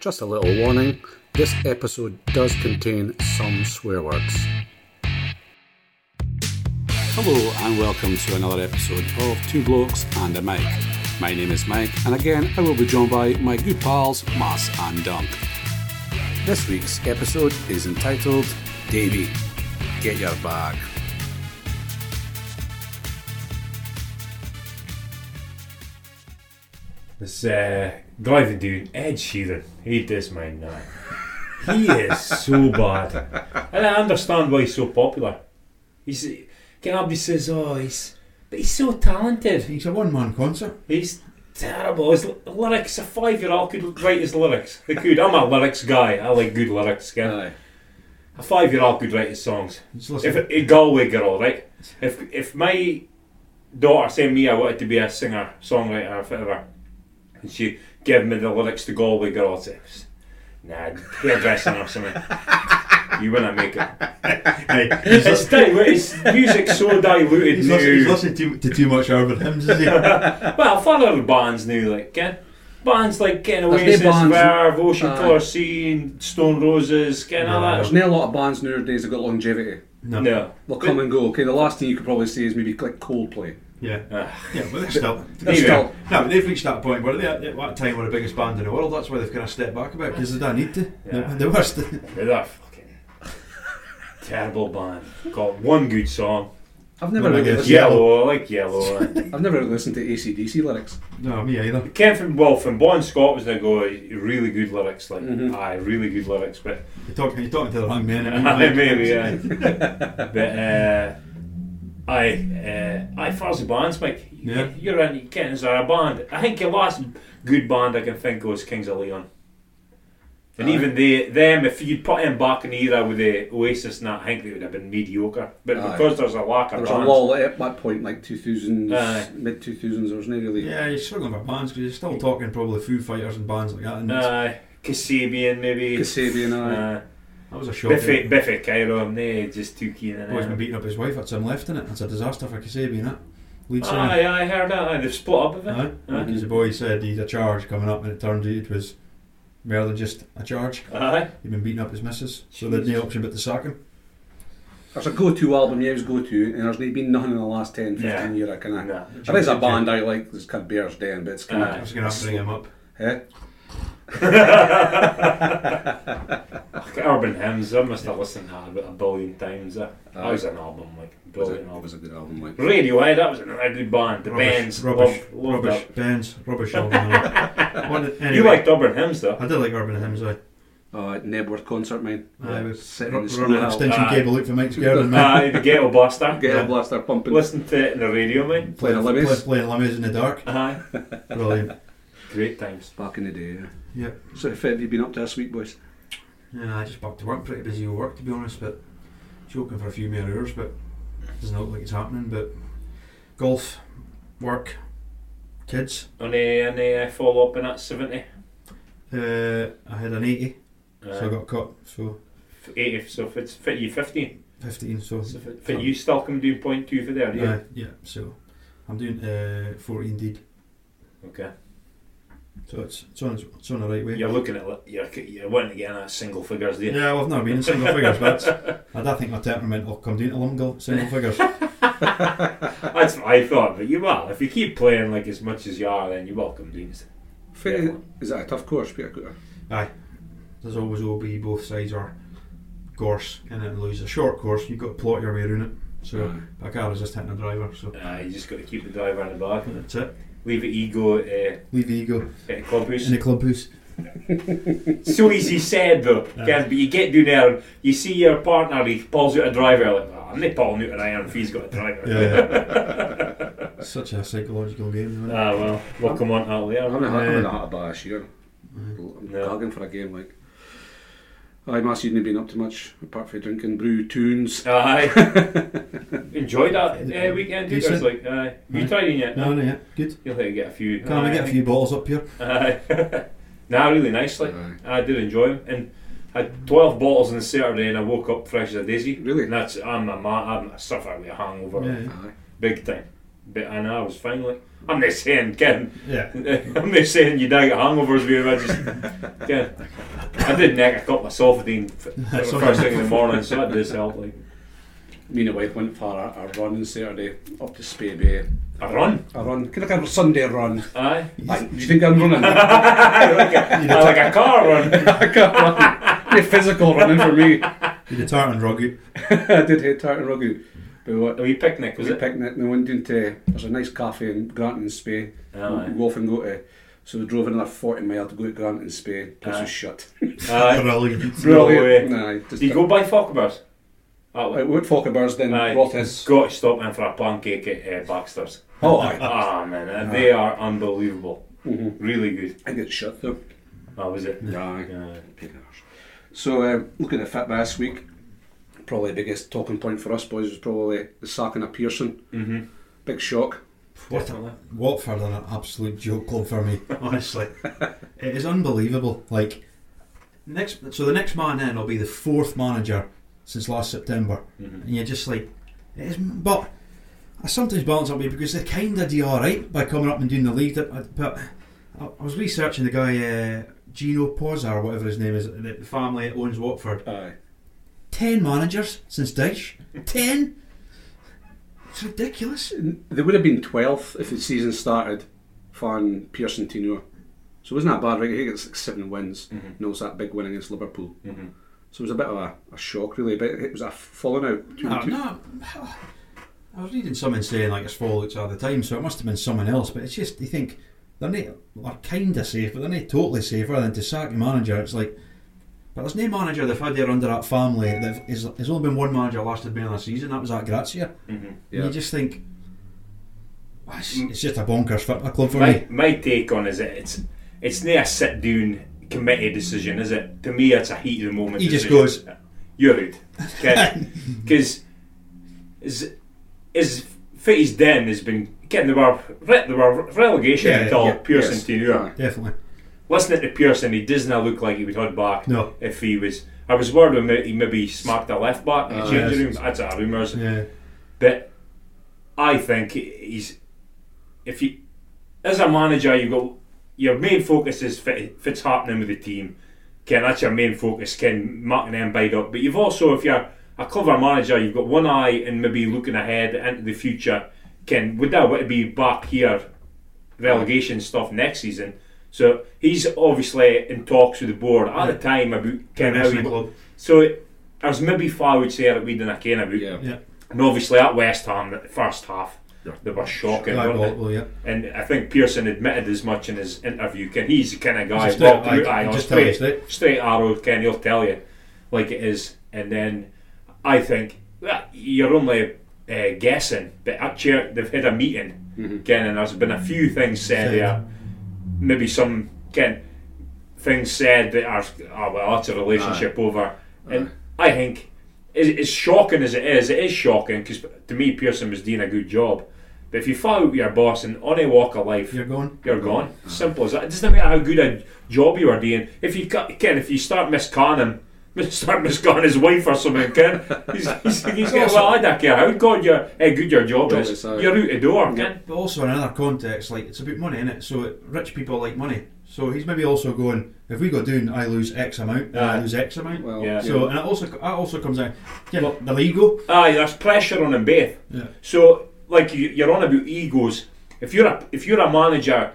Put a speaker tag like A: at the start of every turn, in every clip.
A: Just a little warning this episode does contain some swear words. Hello, and welcome to another episode of Two Blokes and a Mic. My name is Mike, and again, I will be joined by my good pals, Mas and Dunk. This week's episode is entitled Davy, Get Your Bag.
B: This uh, driving dude, Ed Sheeran, he does my night. He is so bad, and I understand why he's so popular. He's Gabby says, "Oh, he's but he's so talented.
C: It's a one man concert.
B: He's terrible. His l- lyrics, a five-year-old could write his lyrics. They could. I'm a lyrics guy. I like good lyrics. Yeah. A five-year-old could write his songs.
C: Just listen.
B: If a Galway girl, right? If if my daughter sent me I wanted to be a singer, songwriter, or whatever, and she gave me the lyrics to Galway girl, I'd say, nah, hairdressing or something. You wouldn't make it.
C: he's,
B: It's, di- it's music's so diluted
C: he's
B: now.
C: listen- he's listened to, to too much urban hymns, is he?
B: Well, far other bands now, like ken. bands like ken
A: There's no
B: Oasis,
A: bands-
B: Verve, Ocean
A: Aye.
B: Colour Scene, Stone Roses, ken all that.
A: There's not a lot of bands nowadays that got longevity.
C: No.
B: No,
A: They'll come and go. Okay, the last thing you could probably say is maybe like Coldplay.
C: Yeah.
B: Ah.
C: Yeah, well, they're still.
A: They're
B: Maybe.
A: still
C: No, but they've reached that point where they, at that time, were the biggest band in the world. That's why they've kind of stepped back a bit because they don't need to.
B: Yeah.
C: They're the worst.
B: They're that fucking terrible band. Got one good song.
A: I've never
C: Well, I
A: really
C: guess,
A: listened,
C: yeah.
B: Yellow, I like yellow.
A: I've never really listened to ACDC lyrics.
C: no, me either.
B: Ken from well from Bon Scott was gonna go really good lyrics, like
A: Mhm.
B: aye, really good lyrics, but
C: You're talking, you're talking to the wrong man.
B: aye, maybe aye. but uh aye, uh, aye, far as the bands, Mike. you-
C: Yeah.
B: You're in Ken is a band. I think the last good band I can think of is Kings of Leon. And
A: Aye.
B: even er they, them, if you'd put him back in the era with the Oasis and that, I think they would have been mediocre. But
A: Aye.
B: because there's a lack
A: There
B: of
A: was a
B: bands,
A: lull at that point, like 2000s,
B: Aye.
A: mid 2000s. There was no really.
C: Yeah, you're struggling with bands because you're still talking probably Foo Fighters and bands like that. And that's-
B: uh, Kasabian maybe.
A: Kasabian, aye.
B: Uh,
C: that was a shock.
B: Biffy, Biffy Cairo, and they just too keen on
C: Boy's been
B: it.
C: beating up his wife. That's him left in it. That's a disaster for Kasabian, that. Lead singer.
B: Aye, I heard that. Aye, they've split up a bit.
C: Aye.
B: Aye.
C: Because the boy said he's a charge coming up, and it turns out it was more than just a charge.
B: Aye.
C: He'd been beating up his missus, so they had no option but to sack him.
A: There's a go to album, yeah, it was go to, and there's been nothing in the last 10, 15
B: Yeah.
A: years. I kind of.
B: Nah.
A: There is a band I like that's called Bears Den, but it's kind
C: I
A: of.
B: Aye.
C: was going to have to ring him up.
A: Eh?
B: Fuck, Urban Hymns, I must have listened to that about a billion times. That, that
A: Aye.
B: was an album, like,
A: Was
B: brilliant
A: it,
B: album.
A: was a good album, like.
B: Radiohead, that was another good band. The Bends,
C: rubbish,
B: loved, loved
C: rubbish, bands, rubbish. all in all. One-
B: that.
C: anyway,
B: You liked Urban Hymns, though.
C: I did like Urban Hymns. I,
A: Uh, Nebworth concert, man.
C: I was
A: sitting
C: ru-
A: in the
C: running an
A: snow.
C: extension
B: Aye.
C: cable out for Mike's garden, man.
B: Aye, the Ghetto Bastard.
A: Get a
C: Yeah.
A: blaster pumping.
B: Listen to it in the radio, mate.
A: Playing the Lemmies.
C: play- playing Lemmies in the dark.
B: Aye.
C: Brilliant.
B: Great times.
A: Back in the day, yeah.
C: Yep.
A: So, if have you been up to this week, boys?
C: Yeah, I just back to work. Pretty busy with work, to be honest. But joking for a few more hours, but doesn't look like it's happening. But golf, work, kids.
B: And they, and they uh, follow up in that 70.
C: Uh, I had an 80,
B: Aye.
C: so I got cut. So
B: Uh, F- 80, so if it's fit you 15,
C: 15, so
B: so fit, fit you still come doing point two for there, do you?
C: Aye, yeah, so I'm doing uh, 14 deed.
B: Okay.
C: So it's, it's, on, it's on the right way.
B: You're looking at, li- you're, c- you're wanting to get in that single figures, do you?
C: Yeah, well, I've not been in single figures, but I don't think my temperament will come down to long single figures.
B: That's what I thought, but you will. If you keep playing like as much as you are, then you will come down.
A: Fair-
B: Yeah.
A: Is that a tough course, Peter Cooter?
C: There's always OB, both sides are gorse, and then lose a short course, you've got to plot your way around it. So I can't resist hitting a driver, so
B: Uh, you just got to keep the driver in the back.
C: that's it.
B: Leave it ego uh,
C: Leave the ego
B: at the clubhouse.
C: in the clubhouse.
B: so easy said though,
C: Yeah.
B: Ken, but you get down there and you see your partner, he pulls out a driver, like, oh, I'm not pulling out an iron if he's got a driver.
C: Such a psychological game, isn't it?
B: Ah, well, we'll come on to that later.
A: I haven't had, I haven't
C: Yeah.
A: had a bad this year. I'm
B: No.
A: gagging for a game like. I must you've not been up to much apart from drinking brew tunes.
B: Aye. Enjoyed that uh, weekend, dude. I was
C: Decent.
B: like, aye. You
C: Aye.
B: tried it yet?
C: No, no, yeah, good.
B: You'll have to get a few.
C: Can I get a few bottles up here?
B: Aye. nah, really nicely.
A: Aye.
B: I did enjoy them. And I had 12 bottles on the Saturday and I woke up fresh as a daisy.
A: Really?
B: And that's, I'm a man, I'm a suffer with a hangover.
C: Yeah.
A: Aye.
B: Big time. But I know I was fine. Like I'm not saying, kidding.
C: Yeah.
B: I'm not saying you die of hangovers, with I just, yeah. I did neck a couple of sulfadine f- first thing in the morning, so that does help. Like
A: Me and the wife went for a, a run on Saturday up to Spey Bay.
B: a run,
A: A run, kind of like a Sunday run.
B: aye.
A: Like, do you think I'm running?
B: like, a, like a car run.
A: I can't run. Be physical running for me.
C: Did the tartan rug it?
A: I did hate tartan rugby. But what,
B: A wee picnic was
A: was a
B: it?
A: picnic and we went down to, there's a nice cafe in Granton in Spain.
B: Aye.
A: We go off and go to, so we drove another 40 mile to go to Granton in Spain. Place
B: Aye.
A: was shut.
B: Aye.
C: Brilliant.
B: way.
A: Nah, just
B: Do you go by Falkenbergs? That way.
A: I went Falkenbergs then,
B: Aye.
A: Rothes.
B: Got to stop in for a pancake at uh, Baxter's.
A: Oh, aye.
B: Ah man, uh, they are unbelievable.
A: Mhm.
B: Really good.
A: I get shut though.
B: That was it.
A: Aye.
B: Uh,
A: So, um, looking at fit this week, probably the biggest talking point for us boys was probably the sacking of Pearson.
B: mm-hmm.
A: Big shock.
B: Definitely.
C: Watford are an absolute joke club for me, honestly. it is unbelievable. Like next, so the next man in will be the fourth manager since last September,
B: Mhm.
C: and you're just like, it is. But I sometimes balance up with it because they kind of do all right by coming up and doing the league. But but I I was researching the guy uh, Gino Pozza or whatever his name is, uh, the the family that owns Watford.
A: Aye.
C: Ten managers since Dyche. Ten. It's ridiculous.
A: They would have been 12th if the season started fan Pearson Tino. So it wasn't that bad, right? He gets like seven wins.
B: Mhm.
A: No, it's that big win against Liverpool.
B: Mm-hmm.
A: So it was a bit of a, a shock, really. But it was a falling out. between
C: No,
A: the two-
C: Ah, no. I was reading someone saying like it's Fallout's all the time, so it must have been someone else. But it's just you think they're not are kind of safe, but they're not totally safe. Rather than to sack the manager, it's like, but there's no manager they've had there under that family. That is, there's only been one manager lasted more than a season. That was at Grazia.
B: Mm-hmm.
A: Yeah. Mm.
C: And you just think. "Ah, It's it's just a bonkers football club for
B: my,
C: me.
B: my take on is it, it's it's not a sit down committee decision, is it? To me, it's a heat of the moment.
C: He just
B: decision. "You're out," because is is Fitty's Den has been getting the word re- the word relegation
C: Yeah,
B: until
C: yeah,
B: Pearson
A: yes,
B: Oh, to New York.
A: aye.
C: Definitely.
B: Listening to Pearson, he does not look like he would hold back
C: No.
B: if he was. I was worried when he maybe smacked a left back in the
A: Ah,
B: changing
C: Oh, yes.
B: room. That's a rumours.
C: Yeah.
B: But I think he's if you as a manager you go your main focus is fit, fits happening with the team. Ken, that's your main focus. Ken, marking them bide up. But you've also, if you're a clever manager, you've got one eye and maybe looking ahead into the future. Ken, would that want to be back here, relegation stuff next season? So he's obviously in talks with the board at the time about Ken. How
C: Wrestling
B: he,
C: club.
B: so there's maybe far would say that we didn't care about.
A: Yeah.
C: Yeah.
B: And obviously at West Ham, the first half,
A: Yeah.
B: they were shocking,
C: Like
B: weren't
C: Bolton, yeah.
B: they? And I think Pearson admitted as much in his interview. Ken, he's the kind of guy,
C: Just
B: walked
C: like-
B: out, aye, on
C: just tell you
B: straight,
C: straight.
B: straight arrow, Ken, he'll tell you like it is. And then I think well, you're only uh, guessing, but at chair, they've had a meeting, Ken, and there's been a few things said
C: Said.
B: there. Maybe some, Ken, things said that are, oh, well, that's a relationship over. And I think, as, as shocking as it is, it is shocking because to me, Pearson was doing a good job. But if you follow your boss and on a walk of life,
C: You're going.
B: you're gone. Simple as that. It doesn't matter how good a job you are doing. If you ca- Ken, if you start misconning him, start misconning his wife or something, Ken, he's, he's, he's getting, well, I don't care how good your, how good your job,
A: Job
B: is.
A: is out.
B: you're out the door,
A: Yeah.
B: Ken.
C: But also in another context, like it's about money, innit? So it, rich people like money. So he's maybe also going, if we go down, I lose X amount, and I
B: Aye.
C: lose X amount.
A: Well,
B: Yeah.
C: so and it also that also comes out, yeah, but the legal.
B: Aye, Ah, there's pressure on them both.
C: Yeah.
B: So, like you, you're on about egos. If you're a if you're a manager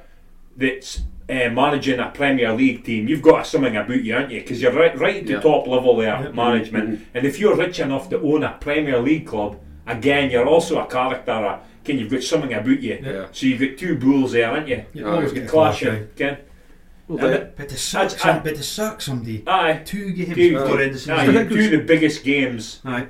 B: that's uh, managing a Premier League team, you've got something about you, aren't you? Because you're right, right at the
A: Yeah.
B: top level there,
C: Yeah.
B: management. And if you're rich enough to own a Premier League club, again, you're also a character. A, Ken, you've got something about you.
C: Yeah.
A: Yeah.
B: So you've got two bulls there, aren't you?
C: You
A: Aye.
C: always get a clash.
B: Clashing, Ken.
A: Well,
B: And
A: the-
B: it-
C: But to sack
B: That's-
C: some,
B: I-
C: but to sack somebody
B: Aye.
C: two games
B: Two-
C: before end of
B: Aye,
A: I
C: season.
A: think
B: two of the biggest games.
C: Aye.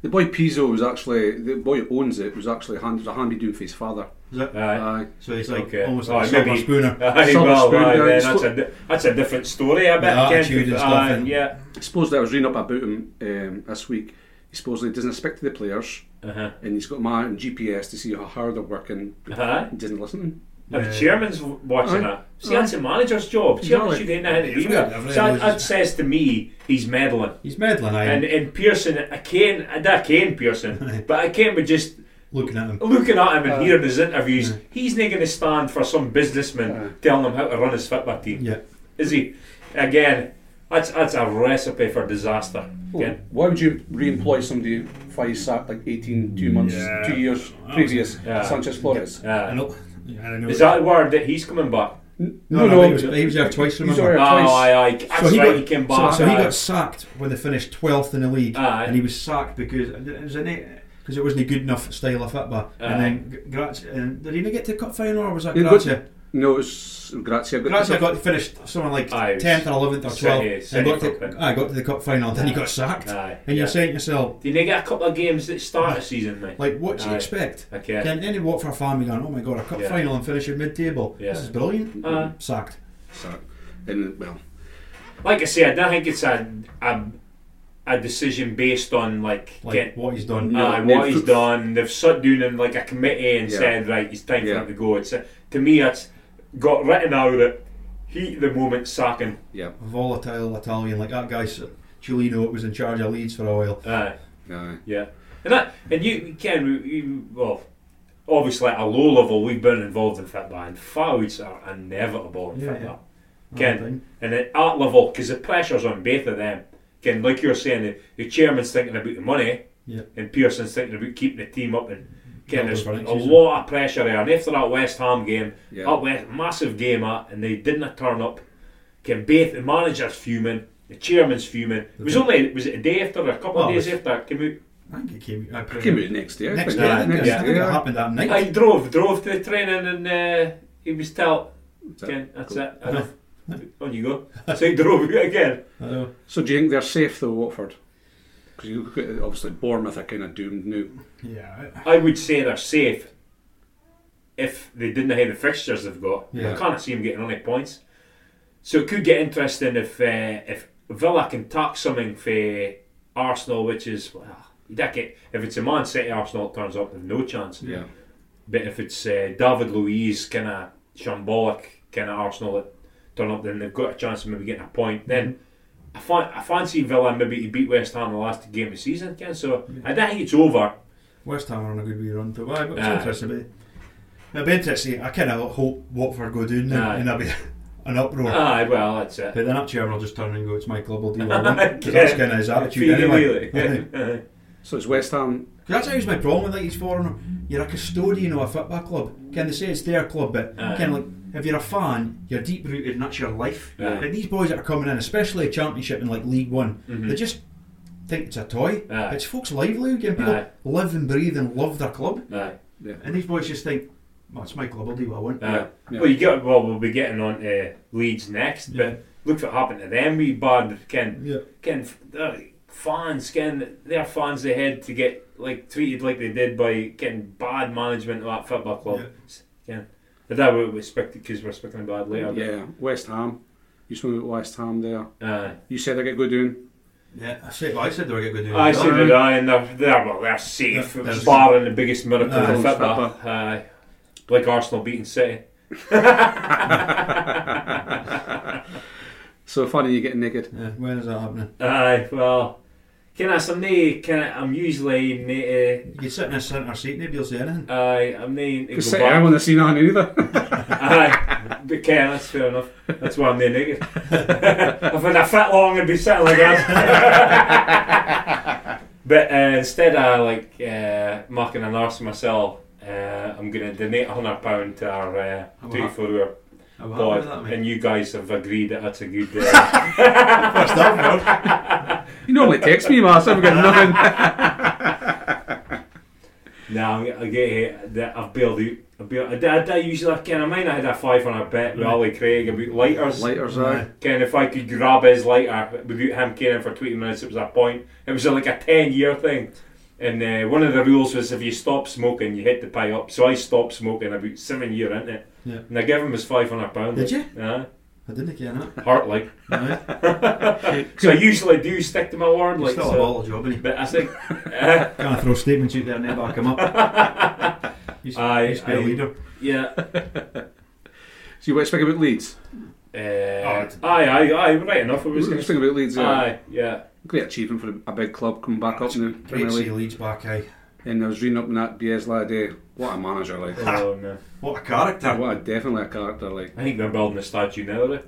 A: The boy Pizzo was actually the boy who owns it was actually hand, was a handy dude for his father.
C: Is it?
B: Aye.
A: Aye.
C: So he's like
B: Okay.
C: almost
B: Aye,
C: like a silver
B: maybe-
C: spooner.
B: Aye,
A: Silver
B: well,
A: spoon
B: aye,
A: down,
B: then
A: spo-
B: that's a di- that's a different story. I bet. Ken,
C: attitude and stuff,
B: aye,
C: and-
B: yeah.
A: I suppose I was reading up about him um, this week. He supposedly doesn't speak to the players,
B: Uh-huh.
A: and he's got them out on GPS to see how hard they're working.
B: Aye.
A: He doesn't listen.
B: Now
C: Yeah.
B: the chairman's w- watching
A: Aye.
B: that. See, that's a manager's job. Chairman
A: Exactly.
B: should ain't know how to do
C: Yeah,
B: that.
C: everyone
B: So that,
C: knows
B: that
C: it's-
B: says to me he's meddling.
C: He's meddling, aye.
B: And and Pearson, I can I da can Pearson, but I can with just
C: looking at him.
B: Looking at him and
A: Uh,
B: hearing his interviews,
C: yeah.
B: he's not going to stand for some businessman
A: Uh.
B: telling him how to run his football team,
C: Yeah,
B: is he? Again, that's that's a recipe for disaster.
A: Oh.
B: Again,
A: Why would you re-employ somebody five sacked like 18, two months,
D: Yeah.
A: two years previous?
B: Yeah.
A: Sanchez Flores.
B: uh,
D: I know. I don't know.
B: is that the word that he's coming back?
A: N-
C: no, no, he was, he was there twice.
A: he's
C: Remember?
A: already-
B: Oh,
A: Twice.
B: aye, aye. That's
C: so he,
B: right,
C: got,
B: he came
C: so-
B: back.
C: So, he
B: aye.
C: got sacked when they finished 12th in the league,
B: Aye.
C: and he was sacked because uh, it was because it wasn't a good enough style of football.
B: Aye.
C: And then G- Grazia, and did he not get to cup final or was that
A: He got-
C: Grazia?
A: No, it's Grazia. got-
C: Grazia got finished somewhere like
B: Aye, it was
C: tenth or eleventh or
B: City-
C: twelfth, and
B: City
C: got
B: cup,
C: to,
B: eh?
C: I got to the cup final. Then he got sacked,
B: Aye,
C: and you're
B: yeah.
C: saying to yourself,
B: Did they get a couple of games that start the season, mate? uh,
C: like, what do you
B: Aye.
C: expect?
B: Okay.
C: Can any Watford fan be going, oh my god, a cup
B: Yeah.
C: final and finishing mid-table?
B: Yeah. Uh,
C: This is brilliant.
B: Aye.
C: Sacked.
D: Sack.
A: And well,
B: Like I said, I don't think it's a a, a decision based on like,
C: Like
B: get,
C: what he's done.
A: No,
B: aye,
A: they've-
B: what he's done. They've sat down in like a committee and
A: Yeah.
B: said, right, it's time
A: Yeah.
B: for him to go. It's a, to me, it's got written out that he at the moment sacking.
A: yeah,
C: Volatile Italian, like that guy Chilino was in charge of Leeds for a while.
B: Aye,
A: no.
B: yeah, and that and you Ken, we- you, well. Obviously, at a low level, we've been involved in football, and fouls are inevitable in
C: Yeah,
B: football.
C: I
B: Ken,
C: think.
B: and at that level, because the pressure's on both of them. Again, like you're saying, the, the chairman's thinking about the money,
C: Yeah.
B: and Pearson's thinking about keeping the team up. And again,
C: Not
B: there's
C: the running
B: a
C: season.
B: lot of pressure there. And after that West Ham game,
A: Yeah.
B: that West, massive game, at, and they didn't turn up. Again, both the manager's fuming, the chairman's fuming. It was only was it a day after, or a couple
C: Oh,
B: of days
C: it was-
B: after it came out.
C: I think it came. I
A: Came out next year. I
C: Uh, next
A: think,
C: day. I
A: yeah,
C: think,
A: next
C: yeah, I think it
A: year.
C: happened that night.
B: I drove drove to the training, and uh, he was tell.
A: That's it.
B: Ken, that's
A: Cool.
B: it. Enough. On you go. So he drove again.
C: I know.
A: So do you think they're safe though, Watford? Because you look at obviously Bournemouth are kind of doomed now.
C: Yeah. I-
B: I would say they're safe if they didn't have the fixtures they've got.
C: Yeah.
B: I can't see them getting any points. So it could get interesting if uh, if Villa can tack something for Arsenal, which is well, you don't get if it's a Man City Arsenal it turns up, they've no chance.
A: Yeah,
B: But if it's uh, David Luiz kind of shambolic kind of Arsenal that turn up, then they've got a chance of maybe getting a point. Then I, fan- I fancy Villa maybe to beat West Ham the last game of the season again. So I don't think it's over.
C: West Ham are on a good wee run too. Aye, but it's
B: Aye.
C: interesting. But it'll be interesting. I kind of hope Watford go down now,
B: Aye.
C: and there'll be an uproar.
B: Aye, well that's it.
C: But then that chairman will just turn and go, "It's my club, I'll deal with it." 'Cause that's kind of his attitude
B: Feely
C: anyway.
B: weely.
C: Aye.
A: so it's West Ham.
C: 'Cause that's always my problem with like these foreigner. You're a custodian of a football club. Can they say it's their club? But
B: Aye.
C: kind of like if you're a fan, you're deep rooted and that's your life.
B: Aye.
C: But these boys that are coming in, especially Championship and like League One,
B: Mhm.
C: they just think it's a toy.
B: Aye.
C: It's folks' livelihood. And people
B: Aye.
C: live and breathe and love their club.
B: Aye.
C: And these boys just think, well, it's my club, I'll do what I want.
B: Aye.
A: Yeah.
B: Well, you get well. We'll be getting on to Leeds next,
C: Yeah.
B: but look what happened to them. We bad Ken.
C: Yeah.
B: Ken their fans. Ken their fans. They had to get like treated like they did by getting bad management of that football club.
C: Yeah.
B: Ken. But that we expect because we're speaking about later. but-
A: Yeah, West Ham. You spoke about West Ham there.
B: Aye.
A: You said they get good doing.
C: Yeah, I said, well, I said they were going to do
B: I see
A: Aye.
B: that I and they're they're, well, they're safe,
C: Yeah, they're-
B: barring the biggest miracle
C: Aye.
B: in football. Aye. Like Arsenal beating City.
A: So funny you get naked.
C: Yeah, when is that happening?
B: Aye, well, can I someday? Can I, I'm usually na-
C: You could sit in a centre seat, nobody will say anything.
B: uh, aye, I'm nae to
A: Because
B: go
A: City, I
B: back.
A: want to see none either.
B: Aye, but can that's fair enough. That's why I'm nae naked. if I'd have fit long, I'd be sitting like that. but uh, instead of like uh, marking an arse myself, uh, I'm going to donate hundred pound to our uh,
C: Oh, wow.
B: 24 hour
C: I'm happy with that,
B: pod,
C: mate.
B: and you guys have agreed that that's a good. Uh,
C: First up, bro.
A: you normally text me, Master. I've got nothing.
B: No, I get it. that I've bailed out. I, bailed, I, did- I, did usually have kind of mine. I had a five on a bet with
C: Right.
B: Ollie Craig about lighters.
A: Lighters,
C: Aye.
A: aye.
B: Ken, if I could grab his lighter without him caring for 20 minutes, it was a point. It was like a 10 year thing. And uh, one of the rules was if you stop smoking, you hit the pay up. So I stopped smoking about seven year into it.
C: Yeah.
B: And I gave him his five on a pound.
C: Did you?
B: Yeah,
C: I didn't get that.
B: heart like.
C: Aye.
B: So I usually do stick to my word.
C: He's
B: Like,
C: still
B: so.
C: a baller job, isn't
B: But I think.
C: he? Can't throw statements out there and then back him up. He's,
B: Aye,
C: he's been a
B: aye.
C: leader.
B: yeah.
A: So you were speaking about Leeds.
C: Oh,
B: Uh, aye, aye, aye. Right enough. I
A: We
B: was
A: were
B: going
A: speaking about Leeds. Yeah.
B: Aye, yeah.
A: Great achievement for a big club coming back up now.
C: Great
A: Premier
C: to see
A: League.
C: Leeds back, aye.
A: And I was reading up on that BS the other day. What a manager, like.
B: Oh, no.
C: What a character.
A: What a definitely a character, like.
B: I think they're building a statue now, are they?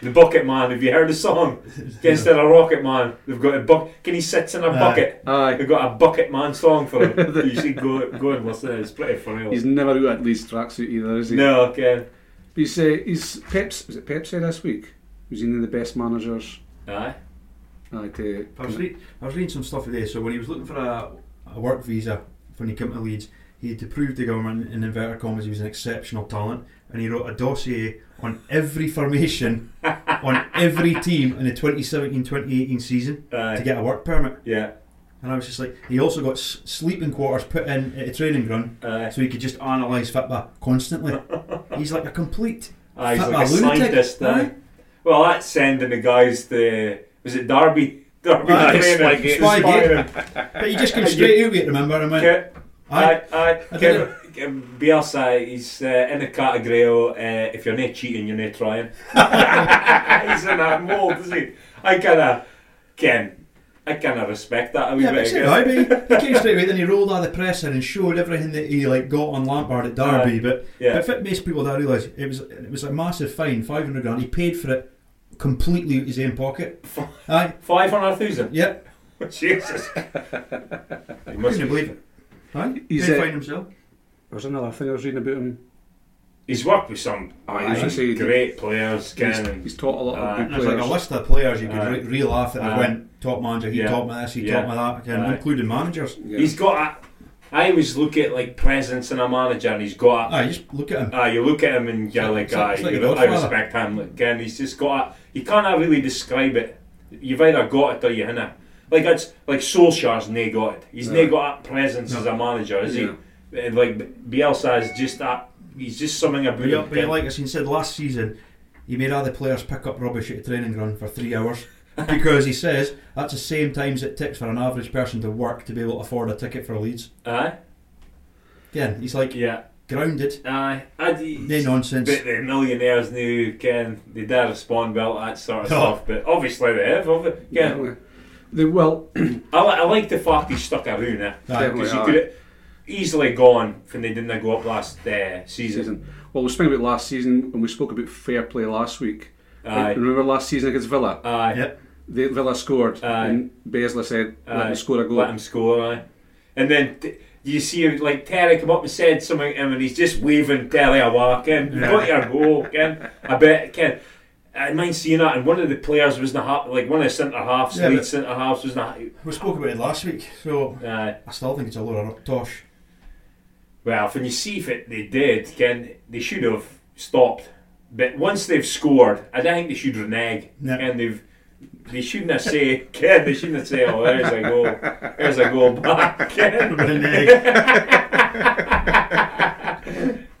B: the Bucket Man, have you heard the song? Instead of Rocket Man, they've got a bucket. Can he sits in a
C: Aye.
B: bucket?
A: Aye.
B: They've got a Bucket Man song for him. you should go, go and listen to it, it's pretty funny.
A: He's never out at least tracksuit either, is he?
B: no, okay.
A: He's, uh, he's Pep's, was it Pepsi this week? Was he one of the best managers?
B: Aye.
A: Aye, to,
C: I was, read, I was reading some stuff today. So when he was looking for a, a work visa when he came to Leeds, he had to prove to government in inverted commas he was an exceptional talent, and he wrote a dossier on every formation on every team in the 2017-2018 season to
B: Aye.
C: get a work permit.
B: Yeah.
C: And I was just like, he also got s- sleeping quarters put in at a training ground
B: Aye.
C: so he could just analyse football constantly. He's like a complete.
B: Aye, he's
C: Fuck
B: like a
C: my lunatic,
B: scientist. aye.
C: aye.
B: Well, that's sending the guys to. Was it Derby? Derby
C: Aye,
B: training.
C: Spygate.
B: Spygate.
C: But he just came straight out of it, remember? And went,
B: Ke-
C: "Aye."
B: Aye, aye.
C: I
B: Kevin, Ke- Bielsa, he's uh, in the category of uh, if you're not cheating, you're not trying. he's in that mould, is he? I kind of, Ken, I kind of respect that a wee
C: Yeah, but
B: bit.
C: see,
B: I
C: I mean, he came straight away, then he rolled out the presser and showed everything that he like got on Lampard at Derby. but
B: yeah.
C: but if it makes people that realise it was it was a massive fine, five hundred grand. He paid for it completely out his own pocket. Aye,
B: 500,000?
C: yep.
B: Jesus. he must,
C: Couldn't believe it. Aye,
A: He's,
C: he's paid
A: uh,
C: fine himself.
A: there was another thing I was reading about him.
B: he's worked with some
A: Aye, he's
B: aye,
A: just a-
B: great players, Ken.
A: He's,
B: and-
A: he's taught a lot
B: Aye.
A: of good
C: There's like
A: players.
C: a list of players you could
B: Aye.
C: re- reel off that
B: Aye.
C: went top manager, he
B: Yeah.
C: top my this, he
B: Yeah.
C: top my that,
B: Aye.
C: again, including managers.
A: yeah.
B: He's got a. I always look at like presence in a manager, and he's got. A,
C: Aye, just look at him.
B: Ah, you look at him and you're like,
C: It's like-
B: ah,
C: it's like
B: you
C: The
B: know, I
C: Godfather.
B: respect him. Like, Again, he's just got. A, you can't really describe it. You've either got it or you haven't. Like it's like Solskjaer's nae got it. He's nae
A: No.
B: got that presence as a manager, is
A: Yeah.
B: he? And, Like Bielsa is just that. He's just something about
C: But, you,
B: him.
C: but you like as he said last season, he made all the players pick up rubbish at the training ground for three hours because he says that's the same times it takes for an average person to work to be able to afford a ticket for Leeds.
B: aye,
C: Again, he's like
B: yeah,
C: grounded,
B: aye. I'd,
C: no nonsense.
B: But the millionaires now can they dare respond well to that sort of
C: No.
B: stuff. But obviously they have. obvi- Yeah,
A: Definitely. They will.
B: I, li- I like the fact he stuck around eh?
C: Aye.
A: Definitely.
B: because he
A: aye.
B: could have easily gone when they didn't go up last uh, season.
A: season. Well, we spoke about last season when we spoke about fair play last week.
B: Aye.
A: Remember last season against Villa?
B: Aye.
C: Yep.
A: They, Villa scored,
B: Aye.
A: and Basler said, "Let
B: Aye.
A: them score a goal."
B: Let him score, aye. And then t- you see him, like Terry come up and said something to him and he's just waving Terry a walk in. You got your goal, Ken. I bet Ken. I mind seeing that and one of the players was not happy like one of the centre halves,
C: Yeah,
B: lead
C: but-
B: centre halves was not happy.
C: We spoke about it last week, so
B: Aye.
C: I still think it's a load of tosh.
B: Well, when you see if it, they did, Ken, they should have stopped. But once they've scored, I don't think they should renege.
C: No.
B: And they've, they shouldn't have say, Ken, they shouldn't have say, oh, there's a goal, there's a goal back, Ken.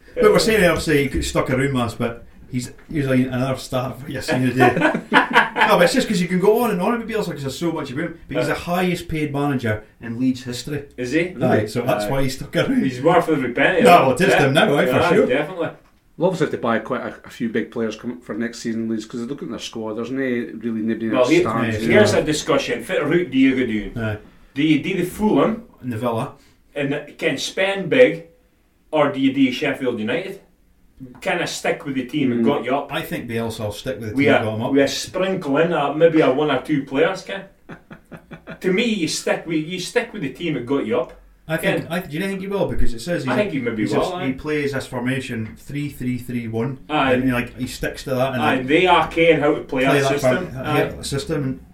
C: but we're saying obviously he could stuck around last, but he's usually another start for your senior day. no, but it's just because you can go on and on about Bielsa because there's so much about him. But he's the highest paid manager in Leeds history.
B: Is he?
C: Aye, so that's
B: Aye.
C: why he's stuck around.
B: He's worth every penny.
C: No, well, it is them now, aye, for
B: Aye,
C: sure.
B: Definitely.
A: We'll obviously have to buy quite a, a few big players come for next season, Leeds, because look at their squad. There's no really nobody
B: Well,
A: in
B: here,
A: their
C: yeah,
A: stands.
B: here's a discussion. Fit route do you go down?
C: Aye.
B: Do you do the Fulham
C: in the Villa.
B: and can spend big, or do you do Sheffield United? Kind of stick with the team and got you up.
C: I think Bielsa will stick with the
B: We
C: team that got
B: are,
C: him up.
B: we are sprinkling uh, maybe a one or two players, Ken. to me, you stick with you stick with the team that got you up.
C: I think. I, do you think he will? Because it says he's
B: I think he maybe
C: he's
B: will.
C: just- he
B: aye.
C: plays this formation three three three one,
B: Aye.
C: and he, like he sticks to that and
B: Aye,
C: like,
B: they are keen how to play
C: play
B: our
C: that
B: system.
C: part- uh,
B: Aye.
C: yeah, system. And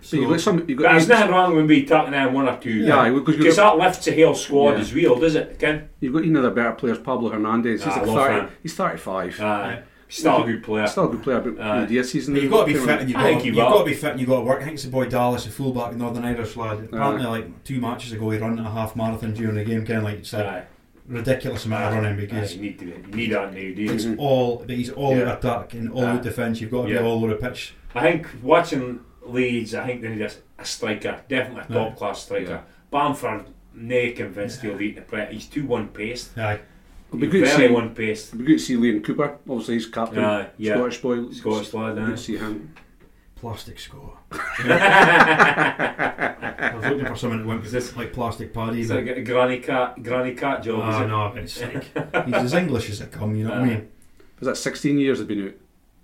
A: So you've got some. You've
B: But
A: got
B: there's nothing wrong with me talking down one or two.
A: Yeah, because
B: because
A: you've got,
B: that lifts a whole squad
A: Yeah.
B: as well, does it, Ken?
A: you've got another better players, Pablo Hernandez. He's
B: Ah, I
A: like
B: love
A: 30
B: him.
A: He's 35.
B: Aye, still a good player.
A: Still a good player, but
B: Aye.
A: uh, the season.
C: you've got to be fit and you've
B: I
C: got,
B: think
C: to,
B: he
C: you've
B: will.
C: got to be fit and you've got to work. I think it's the boy Dallas, the fullback, Northern Irish lad. Apparently, like two matches ago, he ran a half marathon during the game, kind of like it's like
B: Aye,
C: ridiculous amount of running because
B: aye, you need to be, you need that now, do you?
C: it's
A: Mm-hmm.
C: all. But he's all
B: Yeah.
C: out attack and all
B: Aye.
C: out defence. You've got to
B: Yeah.
C: be all over the pitch.
B: I think watching Leeds, I think they need a, a striker, definitely a top class striker.
A: Yeah.
B: Bamford, nay convinced he'll eat the press. He's too one paced.
C: Aye.
A: It'll be good to
B: very
A: see.
B: one paced.
A: It'll be good to see Liam Cooper. Obviously, he's captain.
B: Aye, yeah.
A: Scottish boy.
B: Scottish lad,
A: Good
B: aye.
A: to see him.
C: plastic score. I was looking for someone that went with this like plastic paddy.
B: It's
C: but-
B: like a granny cat, granny cat job.
C: Ah,
B: is it?
C: no, it's sick. He's as English as it come, you know what I
B: Uh,
C: mean?
A: Was that 16 years they've been out?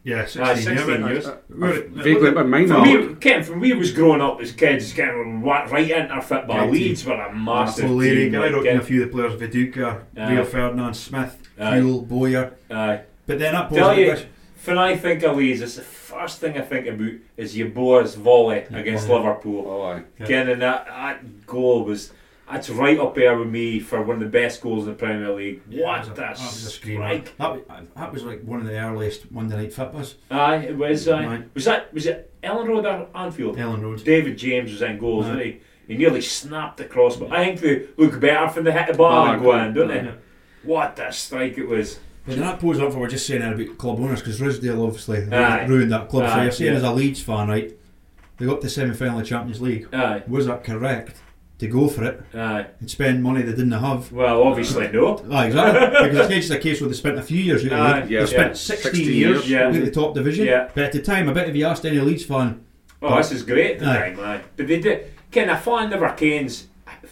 C: Yeah, 16,
B: Ah,
C: yeah,
B: 16
C: but-
B: years.
C: We're-
A: Vaguely, but mine
B: From
A: are.
B: we, Ken, from we was growing up as kids, getting right into football.
C: Yeah,
B: Leeds were a massive
C: O'Leary,
B: team.
C: I wrote in a
B: like,
C: few of the players, Viduka,
B: Aye.
C: Rio Ferdinand, Smith,
B: Aye.
C: Huel, Boyer.
B: Aye.
C: But then that
B: Tell
C: poses the
B: you-
C: question.
B: When I think of Leeds, it's the first thing I think about is your boys volley
C: Yeah,
B: against
C: volley.
B: Liverpool.
A: Oh, aye.
C: Yeah.
B: Ken, and that, that goal was that's right up there with me for one of the best goals in the Premier League.
C: That
B: what
C: was a- that
B: a
C: was a screamer.
B: strike!
C: That, wa- that was like one of the earliest Monday night footballs.
B: Aye, it was. Aye.
C: Aye.
B: Was that was it Ellen Road or Anfield?
C: Ellen Road.
B: David James was in goal,
C: Aye.
B: didn't he? He nearly snapped across, but I think they look better from the hit the bar
C: Oh,
B: and go in, don't they?
A: Aye.
B: What a strike it was.
C: But then that pulls up for we're just saying that about club owners because Risdale obviously
B: Aye.
C: ruined that club. so
B: Aye,
C: you're saying
B: yeah.
C: as a Leeds fan, right? They got to the semi final of Champions League.
B: Aye,
C: Was that correct to go for it
B: aye.
C: and spend money they didn't have?
B: Well, obviously no.
C: Ah, exactly. because it's not just a case where they spent a few years out of the
B: Aye,
C: league.
A: yeah.
C: They spent
B: Yeah.
C: 16,
A: 16
C: years
A: years,
B: yeah.
C: in the top division.
B: Yeah.
C: But at the time, I bet if you asked any Leeds fan,
B: Oh, this is great at the
C: Aye.
B: time, aye. But they did. Ken, a fan never canes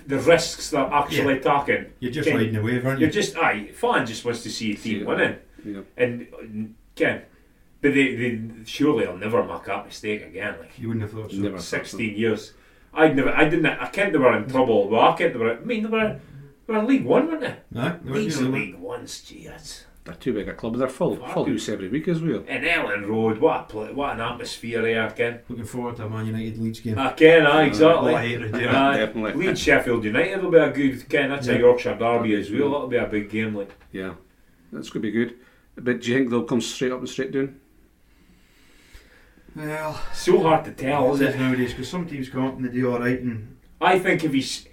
B: the risks they're actually taking.
C: you're just
B: Ken,
C: riding a wave, aren't you?
B: You're just aye. Fan just wants to see a team
A: Yeah.
B: winning,
A: Yeah.
B: and uh, Ken, but they, they surely they'll never make that mistake again. Like
C: You wouldn't have thought so.
A: Never.
B: sixteen years, I'd never, I didn't, I Kent they were in trouble. Well, I Kent they were. I mean, they were, they were in League One, weren't they?
C: No, they wouldn't
B: League's
C: do
B: in
C: that.
B: League One's, gee, that's
A: They're too big a club. They're full.
B: Fuck.
A: Full use every week as well.
B: and Ellen Road. What a play, what an atmosphere there, Ken.
C: Looking forward to a Man United Leeds game.
B: I Ken, aye,
C: What
B: exactly.
C: a hatred, yeah.
B: Aye.
A: Definitely.
B: Leeds Sheffield United will be a good Ken. That's a
C: Yeah.
B: Yorkshire derby as well. That'll be a big game, like.
A: Yeah. That's going to be good. But do you think they'll come straight up and straight down?
C: Well,
B: So hard to tell, is it?
C: nowadays because some teams come up and they do all right, and
B: I think if he's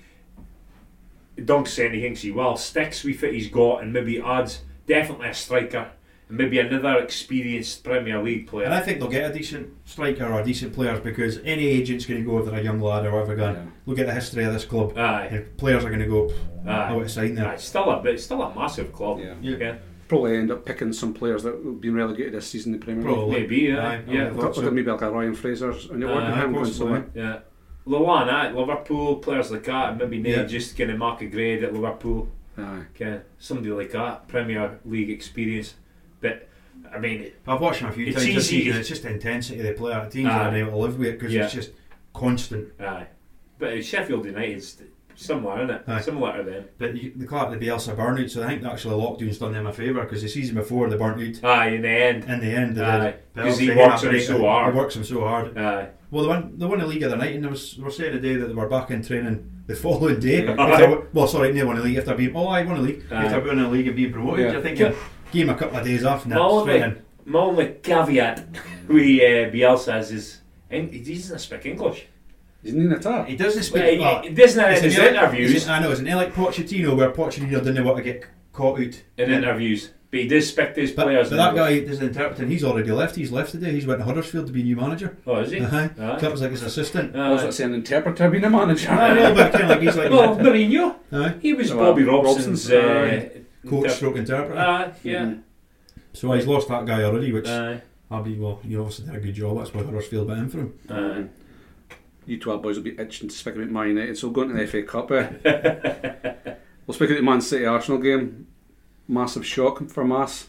B: don't say anything, he well sticks with it he's got, and maybe adds definitely a striker, and maybe another experienced Premier League
C: and
B: player.
C: I think they'll get a decent striker or decent players because any agent's going to go if they're a young lad or whatever. Going
A: Yeah.
C: look at the history of this club,
B: Aye,
C: and players are going to go. "Pff, I
B: aye,
C: want to sign
B: aye.
C: there.
B: It's still a bit, it's still a massive club.
A: Yeah.
C: Yeah.
B: Yeah.
A: Probably end up picking some players that have been relegated this season in the Premier League.
C: Probably.
B: Maybe, yeah,
C: Aye, I
B: yeah.
C: would have
A: Look
C: thought
A: at- look
C: so.
A: at maybe like a Ryan Fraser's and you're
B: Aye,
A: working him going
C: possibly.
A: somewhere.
B: yeah. Loan at Liverpool players like that, and maybe
C: Yeah.
B: they just going to mark a grade at Liverpool.
A: Aye.
B: Okay, somebody like that, Premier League experience. But I mean,
C: I've watched him a few
B: It's
C: times this
B: easy.
C: season. It's just the intensity of the player. The teams
B: Aye.
C: are able to live with it because
B: Yeah.
C: it's just constant.
B: aye. But Sheffield United's similar, isn't it?
C: Aye.
B: Similar to them.
C: But you, they call it the Bielsa burnout, so I think actually lockdown's done them a favour because the season before they burnt out.
B: Aye, in the end.
C: In the end, they
B: Aye,
C: did. But
B: 'cause he
C: obviously had
B: works
C: a
B: him
C: break.
B: so hard.
C: He works him so hard.
B: Aye.
C: Well, they won, they won the league the other night, and they, was, they were saying today that they were back in training the following day.
A: Yeah.
C: After- well, sorry, they won the league after being. Oh, I won the league
B: Aye.
C: after winning the league and being promoted.
A: Yeah.
C: You're thinking,
B: Yeah.
C: give him a couple of days off now.
B: Well,
C: straight
B: they-
C: in.
B: My only caveat with uh, Bielsa is his, Eng- he doesn't speak English.
A: Isn't he in attack?
C: He doesn't speak.
B: Well, he-
C: well,
B: he doesn't have
C: it's
B: his
C: an ele- it's
B: interviews.
C: an- I know, it's an like Pochettino where Pochettino didn't want to get caught out.
B: In interviews, but he does speak to his
C: But,
B: players.
C: but
B: in
C: that
B: English.
C: guy doesn't interpret, and he's already left. He's left today. He's went to Huddersfield to be new manager.
B: Oh, is he?
C: Uh-huh.
B: Aye.
C: That was like his assistant.
B: Aye.
A: What was that saying? Interpreter being a manager.
C: I know, but kind of like he's like
B: well, Mourinho.
C: aye,
B: He was
A: Oh,
B: Bobby
A: well, Robson's,
B: Robson's,
A: Mm-hmm.
B: uh,
C: coach,
B: inter-
C: stroke interpreter.
B: Aye, yeah. Uh,
C: so he's lost that guy already, which
B: Aye.
C: I'll be well. You obviously did a good job. That's why Huddersfield went in for him.
B: Aye.
A: Mm-hmm. You two boys will be itching to speak about Man United, so we'll go into the FA Cup. Eh? we'll speak about the Man City Arsenal game. Massive shock for Mass.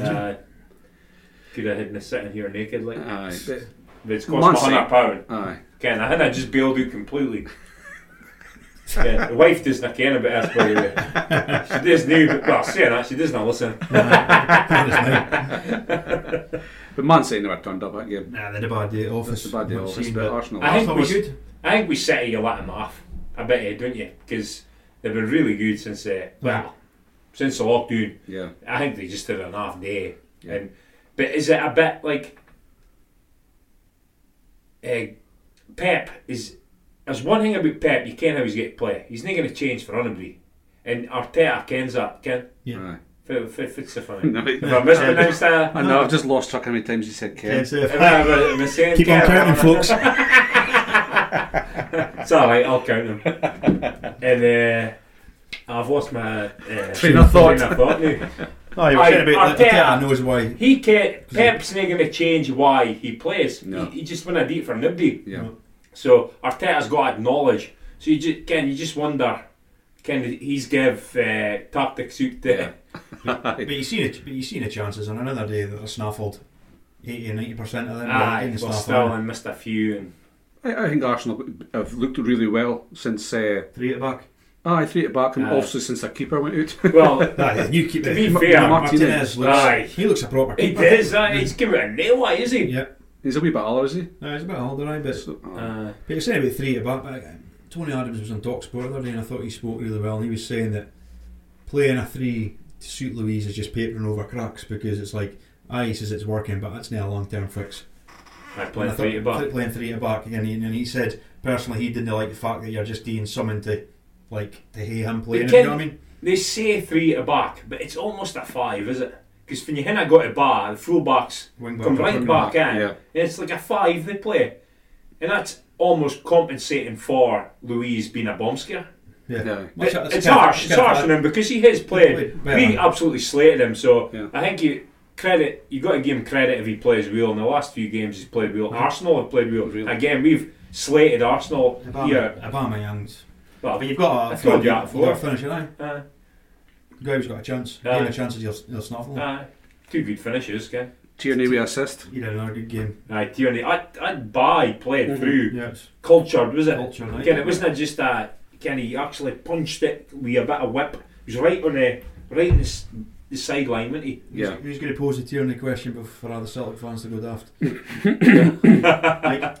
B: Aye. uh, Could have hidden us sitting here naked like.
A: Aye. but-
B: But it's cost
A: Man
B: me hundred
A: City.
B: pound.
A: Aye.
B: Ken, I had I just bailed out completely. yeah, the wife doesn't care about us, by the way. She does now, but well, saying that, she doesn't listen.
A: But Man City never turned up that game.
C: Nah, they're a bad day at office.
A: That's a bad day
C: Not
A: off.
C: seen,
A: But Arsenal.
B: I think
C: Arsenal
B: we
C: was
B: should- I think we City, you let them off. I bet you, don't you? Because they've been really good since, uh, well, since the lockdown.
A: Yeah.
B: I think they just did an half day.
A: Yeah.
B: And But is it a bit like. Uh, Pep is. There's one thing about Pep, you can't always get play. He's not going to change for anybody. And Arteta kens that, Ken.
C: Yeah.
A: Aye.
B: F- f- Fitz the funny.
A: No,
B: If I mispronounced that,
A: I know, I've just lost track how many times you said
C: Yeah,
A: Ken.
C: so if-
B: if I were- if I said
C: Keep on
B: Kevin-
C: counting, folks.
B: It's alright, I'll count them. and uh, I've lost my uh,
A: Train of thought.
B: Train of thought now.
C: No, Oh, you were
B: Aye,
C: saying about that.
B: Arteta.
C: Arteta knows why.
B: He can't. Pep's not going to change why he plays.
A: No.
B: He, he just went a deep for nobody.
A: Yeah.
B: So Arteta's got to acknowledge. So you just can you just wonder, can he's give uh, tactic suit to
C: But you seen it. But you seen the chances on another day that are snaffled. 80 90 percent of them are
B: aye,
C: getting
B: well,
C: snaffled.
B: still and missed a few and
A: I, I think Arsenal have looked really well since. Uh,
C: Three at the back.
A: ah, I three at the back, and
B: Aye.
A: also since our keeper went out.
B: well.
C: Aye, you keep
B: To
C: it.
B: be
C: Ma-
B: fair,
A: Martinez-
C: Martinez looks.
B: Aye.
C: He looks a proper
B: He
C: keeper.
B: does that. He's giving it a nail, why is he?
C: Yeah.
A: He's a wee bit older, is he?
C: No, he's a bit older, I bet.
A: So, ah.
B: Uh,
C: But you're saying about three at back. But uh, Tony Adams was on Talk Sport the other day, and I thought he spoke really well. And he was saying that playing a three to suit Louise is just papering over cracks because it's like, aye, he says it's working, but that's not a long term fix.
B: I
C: And
B: played
C: I thought-
B: three at back.
C: thought Playing three at back again, and he said personally he didn't like the fact that you're just being summoned to, like, to hey him playing. You know what I mean?
B: They say three at back, but it's almost a five, is it? Because when you hinna got a bar, the full backs
C: Wing
B: come
C: back,
B: right
C: wing
B: back, in,
A: yeah.
B: and it's like a five they play, and that's almost compensating for Louise being a bomb scare.
A: Yeah.
C: Well,
B: It-
C: that's
B: it's
C: kind of-
B: harsh.
C: that's
B: It's
C: kind of
B: harsh
C: bad.
B: on him because he has played.
C: Played better.
B: We absolutely slated him, so
A: Yeah.
B: I think you credit. You got to give him credit if he plays well. In the last few games, he's played well. Arsenal have played well.
A: Really?
B: Again, we've slated Arsenal
C: Obama,
B: here.
C: Obama Young's.
B: Well,
C: But you've got
B: uh, I
C: a,
B: told you that
C: you've got
B: before.
C: a finisher, aye.
B: uh,
C: Graham's got a chance.
B: Aye.
C: Give him a chance, he'll, he'll snuffle him.
B: uh, two good finishes, guy.
A: Tierney we assist.
C: He did another good game.
B: Aye, Tierney. I I buy played
C: Mm-hmm.
A: Mhm.
B: through.
C: Yes.
B: Cultured was it?
C: Culture, aye.
B: Again, it wasn't just that. Again, he actually punched it with a bit of whip. He was right on the right in the, s- the sideline, wasn't he?
A: Yeah.
C: Who's, who's going to pose the Tierney question bef- for other Celtic fans to go daft? Mike,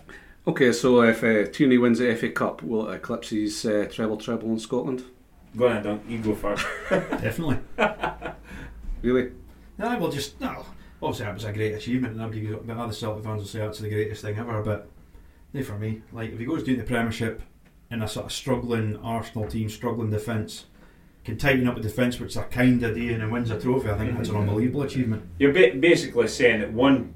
A: Okay, so if uh, Tierney wins the FA Cup, will it eclipse his uh, treble treble in Scotland?
B: Go on, Dunk. You go first.
C: definitely.
A: Really?
C: No, well, just no. Obviously, that was a great achievement, and everybody, but other Celtic fans will say that's the greatest thing ever. But no, for me, like if he goes down the Premiership in a sort of struggling Arsenal team, struggling defence, can tighten up the defence, which they're kind of doing, and wins a trophy, I think that's an unbelievable achievement.
B: You're ba- basically saying that one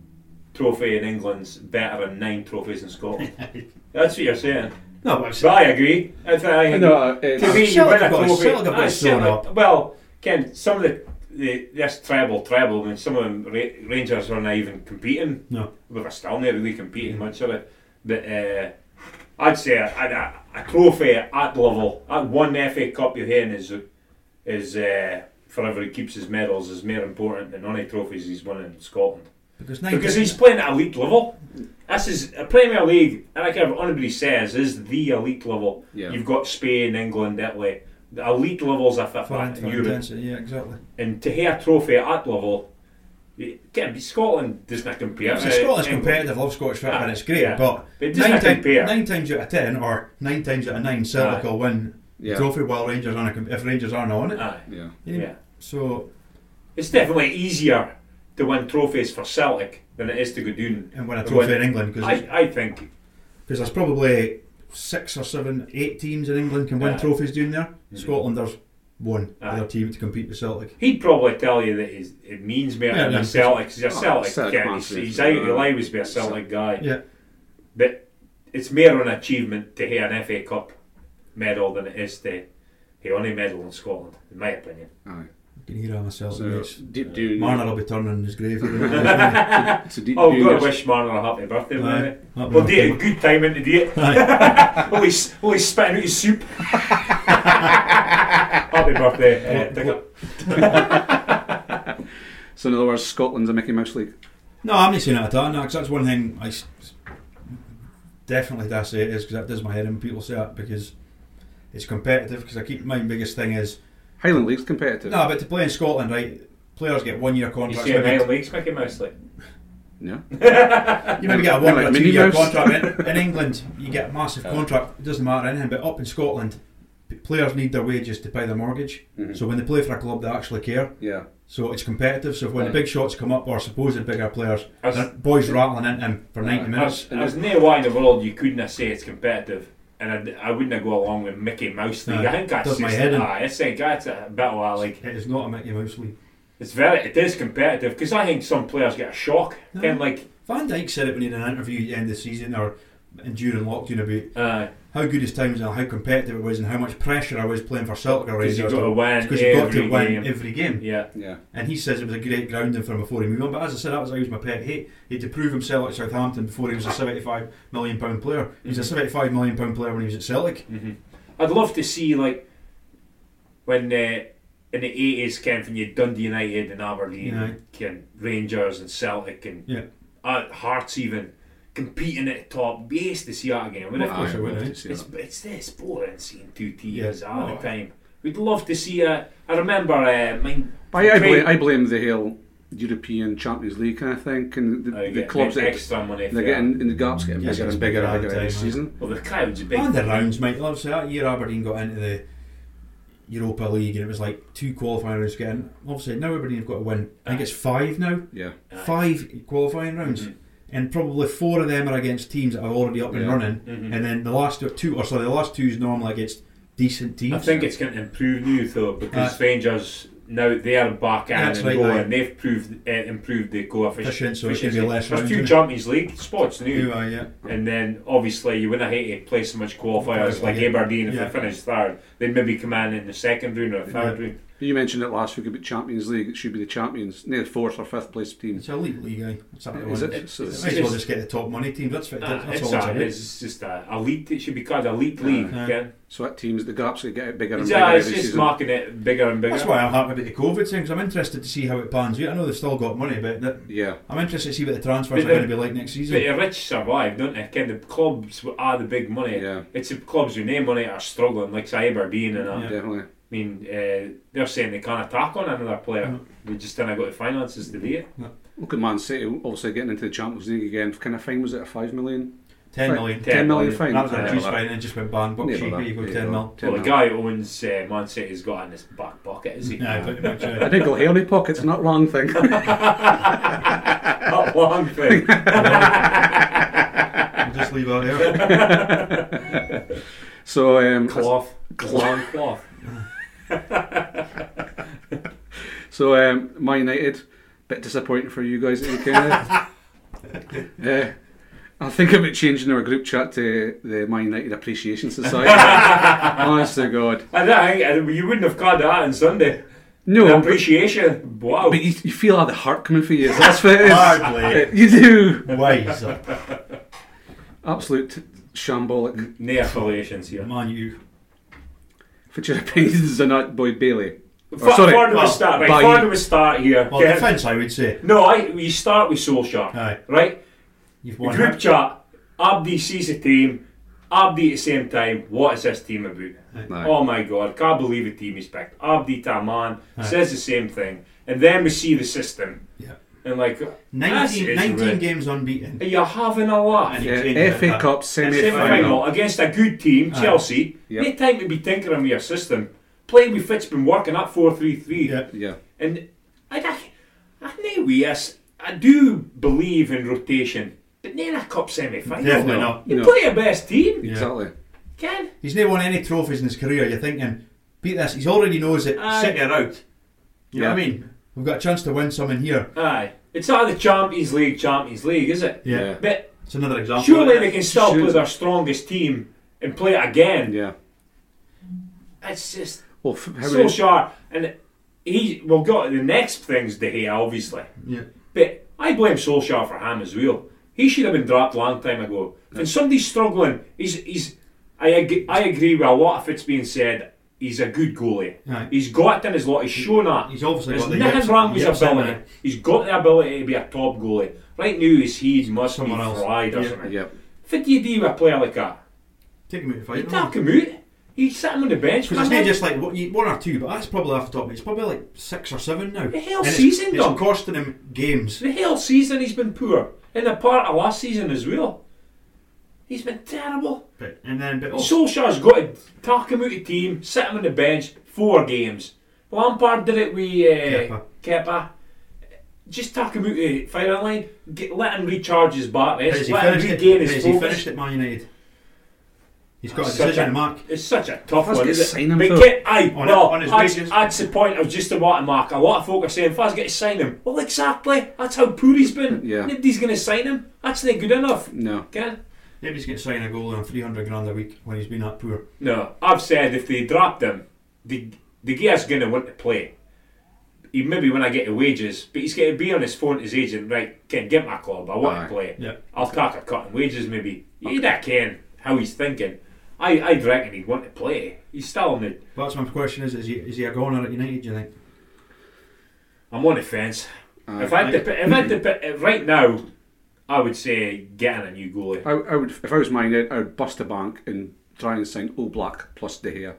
B: trophy in England's better than nine trophies in Scotland. That's what you're saying.
C: No, but it's,
B: But I agree. I th- I uh, agree.
A: No,
B: to
A: it's,
B: me, you win
C: Celtic
B: a
C: have got-
B: trophy.
C: Celtic have got
B: Aye,
C: sewn
B: Celtic- Well, Ken, some of the, the this treble, treble, and some of them Ra- Rangers are not even competing.
C: no,
B: Well, they're still not really competing much of it. But uh, I'd say a, a, a trophy at that level, at one FA Cup you're hearing is is uh, forever he keeps his medals is more important than any trophies he's won in Scotland.
C: because nine.
B: Because he's playing at elite level. This is a Premier League, and I care what anybody says, is the elite level.
A: Yeah.
B: You've got Spain, England, Italy. The elite levels are fifth
C: for,
B: in
C: for
B: Europe.
C: intensity, yeah, exactly.
B: And to hear a trophy at that level, it can't be Scotland doesn't compare.
C: So
B: Uh,
C: Scotland's
B: England.
C: competitive, love Scottish football,
B: Ah,
C: and it's great,
B: yeah.
C: but
B: It doesn't
C: nine, time,
B: compare.
C: nine times out of ten, or nine times out of nine, Celtic
B: Aye.
C: will win the
A: yeah,
C: trophy while Rangers aren't. a com- If Rangers aren't on it,
B: Aye,
A: yeah.
B: yeah.
C: so
B: It's definitely easier to win trophies for Celtic than it is to go down.
C: and win a
B: And
C: trophy
B: win.
C: in England because
B: I, I think.
C: there's probably six or seven, eight teams in England can win
B: Aye.
C: trophies down there. Scotland there's one
B: Mm-hmm. Aye.
C: other team to compete with Celtic.
B: He'd probably tell you that he's, it means more
C: Yeah,
B: than
C: no.
B: a Celtic. 'cause You're
A: Oh,
B: Celtic.
A: Celtic
B: yeah,
A: fans,
B: he's, he's
A: yeah.
B: out of the line with being a Celtic guy.
C: Yeah,
B: But it's more an achievement to hear an FA Cup medal than it is to hear any medal in Scotland, in my opinion.
A: Aye.
C: I can hear I'm a Celtic.
A: So,
C: mates.
A: deep down,
C: Marner will be turning in his grave. Here in a
A: so deep
B: Oh,
A: down
B: we've got
A: there's-
B: to wish Marner a happy birthday,
C: minute.
B: man.
C: Aye.
B: We'll do it a good time into date.
C: Aye.
B: Oh, he's, oh, he's spitting out his soup. happy birthday, uh, Dicker.
A: So in other words, Scotland's a Mickey Mouse league.
C: No, I'm not saying that at all. No, 'cause that's one thing I s- definitely dare say it is because that does my head in when people say that because it's competitive. Because I keep my biggest thing is
A: Highland League's competitive.
C: no, but to play in Scotland, right? Players get one year
B: You
C: contracts.
B: see a
C: maybe-
B: Highland Leagues Mickey Mouse like.
A: No.
C: You maybe get a one
A: Like
C: or a
A: Minnie
C: two year
A: Mouse.
C: contract. In, in England, you get a massive
B: Uh,
C: contract. It doesn't matter anything. But up in Scotland, p- players need their wages to pay their mortgage.
B: Mm-hmm.
A: Mhm.
C: So when they play for a club, they actually care.
A: Yeah.
C: So it's competitive. So when the big shots come up, or supposed bigger players,
B: Us-
C: the boys rattling into them for
A: Aye.
C: 90 minutes.
B: There's, there's no why in the world you couldn't say it's competitive, and I'd, I wouldn't go along with Mickey Mouse League.
C: Aye.
B: I think that's
C: Does my
B: just-
C: head in.
B: aye, I think that's a bit of a like.
C: It is not a Mickey Mouse league.
B: It's very, it is competitive because I think some players get a shock.
C: No.
B: Then like,
C: Van Dijk said it when he did an interview at the end of the season, or enduring lockdown about
B: Uh,
C: how good his time was and how competitive it was and how much pressure I was playing for Celtic
B: because
C: already.
B: you've got to win
C: Because you've got to
B: every
C: win
B: game.
C: every game.
B: yeah,
A: Yeah.
C: And he says it was a great grounding for him before he moved on. But as I said, that was always my pet hate. He had to prove himself at Southampton before he was a £75 million player. He was a £75 million player when he was at Celtic.
B: hmm I'd love to see like when uh, in the eighties, Ken, when you had Dundee United and Aberdeen,
C: Yeah.
B: Ken, Rangers and Celtic and
C: Yeah.
B: uh, Hearts even competing at the top. Be ace to see that again. Wouldn't
C: Of
B: it?
C: course I would, eh?
B: It's, it's this boring seeing two teams
C: Yeah.
B: all
C: Oh.
B: the time. We'd love to see. Uh, I remember. Uh, mine,
A: I, I, blame,
B: Craig-
A: I blame the whole European Champions League kind of thing, and the,
B: Oh, you
A: the
B: get
A: clubs that
B: extra money.
A: they're
B: for- uh,
A: getting in the gaps getting
C: Yes,
A: bigger
C: it's
A: and bigger
C: bigger all
A: and
C: the
A: bigger every
C: time,
A: season.
B: Well, the crowds are big.
C: And the rounds, mate. Like, Obviously, that year Aberdeen got into the Europa League and it was like two qualifying rounds getting. Obviously, now Aberdeen have got to win. I think it's five now.
A: Yeah,
B: Aye.
C: Five qualifying rounds.
B: Mhm.
C: And probably four of them are against teams that are already up and
A: Yeah.
C: running.
B: Mhm.
C: And then the last two, or sorry, the last two is normally against decent teams.
B: I think it's going to improve now though because Rangers now they are back in
C: That's
B: and
C: right,
B: going.
C: aye.
B: They've proved uh, improved the coefficient.
C: efficient, so it should be
B: efficiency.
C: less
B: There's
C: rounds.
B: two
C: innit?
B: Champions League spots now,
C: Yeah, yeah.
B: and then obviously you wouldn't hate to play so much qualifiers like
C: Yeah.
B: Aberdeen if
C: Yeah.
B: they finished third. They'd maybe come in in the second round or third round.
A: you mentioned it last week about Champions League. It should be the champions, near fourth or fifth place team.
C: It's a elite league, aye. It's up to
A: Is
C: one.
A: it? So
B: It's-
C: Might as well just get the top money team. That's, fit-
B: Ah,
C: that's
B: it's,
C: all it's
B: a,
C: about.
B: it's just a, a league. It should be called a league
A: Aye.
B: league.
C: Aye.
B: yeah.
A: So that teams, the gaps that get bigger and
B: It's,
A: bigger
B: uh, it's
A: every
B: just
A: season.
B: marking it bigger and bigger.
C: That's why I'm happy about the COVID thing, 'cause I'm interested to see how it pans out. I know they've still got money, but that,
A: yeah,
C: I'm interested to see what the
B: But
C: transfers are
B: the-
C: going to be like next
B: But
C: season.
B: the rich survive, don't they? Ken, the clubs are the big money.
A: yeah,
B: It's the clubs who name money are struggling, like say Aberdeen and that.
C: Yeah.
A: definitely.
B: I mean, uh, they're saying they can't attack on another player.
C: Mm.
B: They just didn't got the finances to do it.
A: Look at Man City, also getting into the Champions League again. Kind of fine was it a five million?
C: 10 million.
B: Ten
A: Ten million
B: million.
A: fine.
C: That was a
B: Yeah,
C: juice
B: well,
C: fine and it just went bang. Buck
A: Yeah,
C: cheap,
A: well,
C: here you go,
A: there
C: 10 mil.
A: Ten
B: Well, the
A: mil.
B: guy who owns uh, Man City's got in his back pocket, is he?
C: Yeah, pretty much. uh,
A: I
C: aye.
A: did go hail in pockets, not wrong thing.
B: Not long thing.
C: We'll just leave that there.
A: so um,
B: cloth. Long cloth.
A: So, um, Man United, bit disappointing for you guys at the weekend. uh, I think about changing our group chat to the Man United Appreciation Society. Honest to God.
B: I don't think I, you wouldn't have caught that on Sunday. The
A: No, but,
B: appreciation. Wow.
A: but you, you feel all the heart coming for you. That's what it is.
C: Hardly.
A: You do.
C: Wise.
A: Absolute shambolic.
B: No affiliations here.
C: Man, you.
A: For your opinions on that boy Bailey.
B: F-
A: Oh, sorry.
B: Far do we
C: Well,
B: start?
A: by-
B: Right, far do we start here?
C: Well,
B: Ken?
C: defence, I would say.
B: No, I, you start with Solskjaer.
C: Aye.
B: Right?
C: You've
B: The
C: won
B: group
C: it.
B: chat, Abdi sees the team, Abdi at the same time, what is this team about?
A: No.
B: Oh my god, can't believe the team he's picked. Abdi Taman
C: Aye.
B: says the same thing. And then we see the system.
C: Yeah.
B: And like,
C: 19,
B: is
C: 19
B: right.
C: games unbeaten.
B: are you having a laugh?
C: Yeah.
A: Yeah, FA Cup semi
B: Semi
A: final.
B: final against a good team,
C: Aye.
B: Chelsea.
A: Yep.
B: No time to be tinkering with your system. Playing with Fitz been working at 4 3 3.
C: Yeah.
A: Yeah.
B: And I, I, I know we yes, I do believe in rotation, but not in a cup semi final.
C: Definitely not.
B: You
A: No.
B: play your best team,
C: Yeah.
A: Exactly.
B: Ken.
C: He's never won any trophies in his career. You're thinking, beat this. He's already knows it.
B: Aye.
C: City are out. You know what I
A: Yeah.
C: mean? We've got a chance to win some in here.
B: Aye, it's not the Champions League, Champions League, is it?
A: Yeah.
B: But
C: It's another example.
B: surely they can still
A: Should-
B: play their strongest team and play it again.
A: Yeah.
B: It's just
A: Well, f- how
B: so
A: many,
B: sharp. And he, well, got the next thing's De Gea, obviously.
C: Yeah.
B: But I blame Solskjaer for him as well. He should have been dropped a long time ago. When somebody's struggling, he's, he's I, ag- I agree with a lot of it's being said. He's a good goalie.
C: Aye.
B: He's got it in his lot. He's shown that.
C: He's obviously
B: There's
C: got the
B: nothing
C: yips-
B: wrong with his
C: yips in
B: ability.
C: there.
B: He's got the ability to be a top goalie. Right now, is he must
C: Someone
B: be
C: else.
B: fried or
C: Yeah.
B: something.
A: yeah.
B: If What do you do with a player like that?
C: Take him out of
B: You
C: fight.
B: knock him out. He's sitting on the bench.
C: Because it's
B: man.
C: not just like what you- one or two, but that's probably off the top. It's probably like six or seven now.
B: The hell
C: And it's-
B: season,
C: It's
B: Doc.
C: costing him games.
B: The whole season he's been poor. And a part of last season as well. He's been terrible.
C: But, and then, but oh, also,
B: Solskjaer's got to talk him out the team, sit him on the bench, four games. Lampard did it with uh,
C: Kepa.
B: Kepa. Just talk him out the firing line, get, let him recharge his batteries,
C: has he
B: let
C: finished
B: him
C: it?
B: regain
C: has
B: his
C: he
B: focus.
C: finished at Man United? He's got a
B: That's such
C: decision
B: a-
C: to make.
B: It's such a tough
A: Let's
B: one.
A: get
B: is it?
A: sign him,
B: But
A: Phil.
B: get, aye,
C: On-
B: well,
C: on his
B: that's,
C: wages.
B: that's the point I was just about to mark. A lot of folk are saying, if I was going to sign him, well, exactly. That's how poor he's been.
A: Yeah.
B: Nobody's going to sign him. That's not good enough.
A: No.
B: Ken?
C: Nobody's going to sign a goalie on 300 grand a week when he's been that poor.
B: No, I've said if they dropped him, the the gear's going to want to play. He maybe when I get to wages, but he's going to be on his phone to his agent, right? Can get my club. I want
A: Aye.
B: to play.
C: Yeah.
B: I'll talk a cut in wages maybe. Yeah, that can. How he's thinking. I I reckon he'd want to play. He's still on the.
C: But that's my question is, is he, is he a goner at United, do you think?
B: I'm on the fence.
A: Aye.
B: if I had to, pick- if I had to, pick- right now, I would say getting a new goalie.
A: I, I would, if I was minded, I would bust a bank and try and sign all black plus De Gea.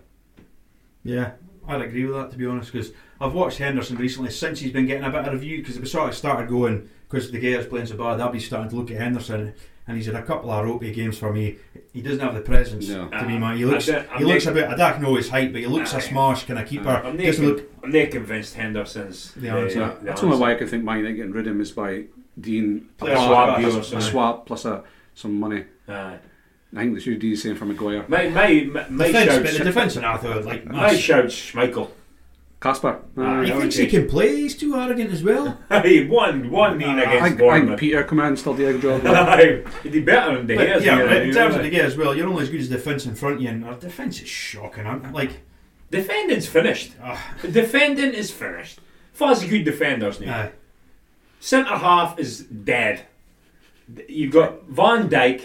C: Yeah, I'd agree with that to be honest. Because I've watched Henderson recently since he's been getting a bit of review because it was sort of started going because the Gear's playing so bad. I'll be starting to look at Henderson, and he's had a couple of ropey games for me. He doesn't have the presence
A: No.
C: to me,
B: Uh,
C: man. He looks,
B: I don't- I'm
C: he looks a
B: not-
C: bit. I don't know his height, but he looks
B: Aye.
C: a smash kind of keeper.
B: I'm not,
C: Doesn't look.
B: I'm not convinced Henderson's
C: The answer.
A: Yeah, that's only why I can think mine ain't getting rid of him is by Dean a
C: Play a
A: swap,
C: swap
A: a,
C: deal
B: or something.
A: swap plus a, some money.
B: Aye.
A: I think they should do the same for Maguire.
B: my my my, my
C: Defense, but the
B: shout.
C: defence in Arthur like.
B: My
C: Nice.
B: shout, Schmeichel.
A: Casper, Mm.
B: Aye.
A: aye.
C: He
B: I would
C: thinks he
B: take-
C: can play. He's too arrogant as well.
B: Aye, one one mean
A: I
C: Uh, I-
B: against
A: think- I think
B: Bournemouth.
A: Peter Command still did a good job. there.
B: Aye, he'd be better than De
C: But,
B: Gea.
C: yeah, but in terms of the gear as well, you're only as good as the defence in front of you, and our defence is shocking. I'm like,
B: defending's finished.
C: ah,
B: The defending is finished. Fuzz good defenders now.
C: aye.
B: Centre half is dead. You've got Van Dijk,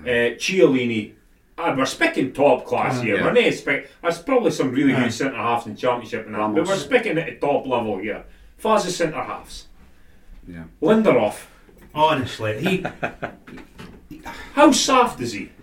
B: uh, Chiellini. Uh, we're speaking top class
C: Uh,
B: here.
A: yeah.
B: We're not expect. There's probably some really
C: Aye.
B: good centre halves in Championship and that, but
A: Ramos.
B: we're speaking at a top level here. Faz's centre halves.
A: yeah.
B: Lindelof.
C: Honestly, he
B: How soft is he?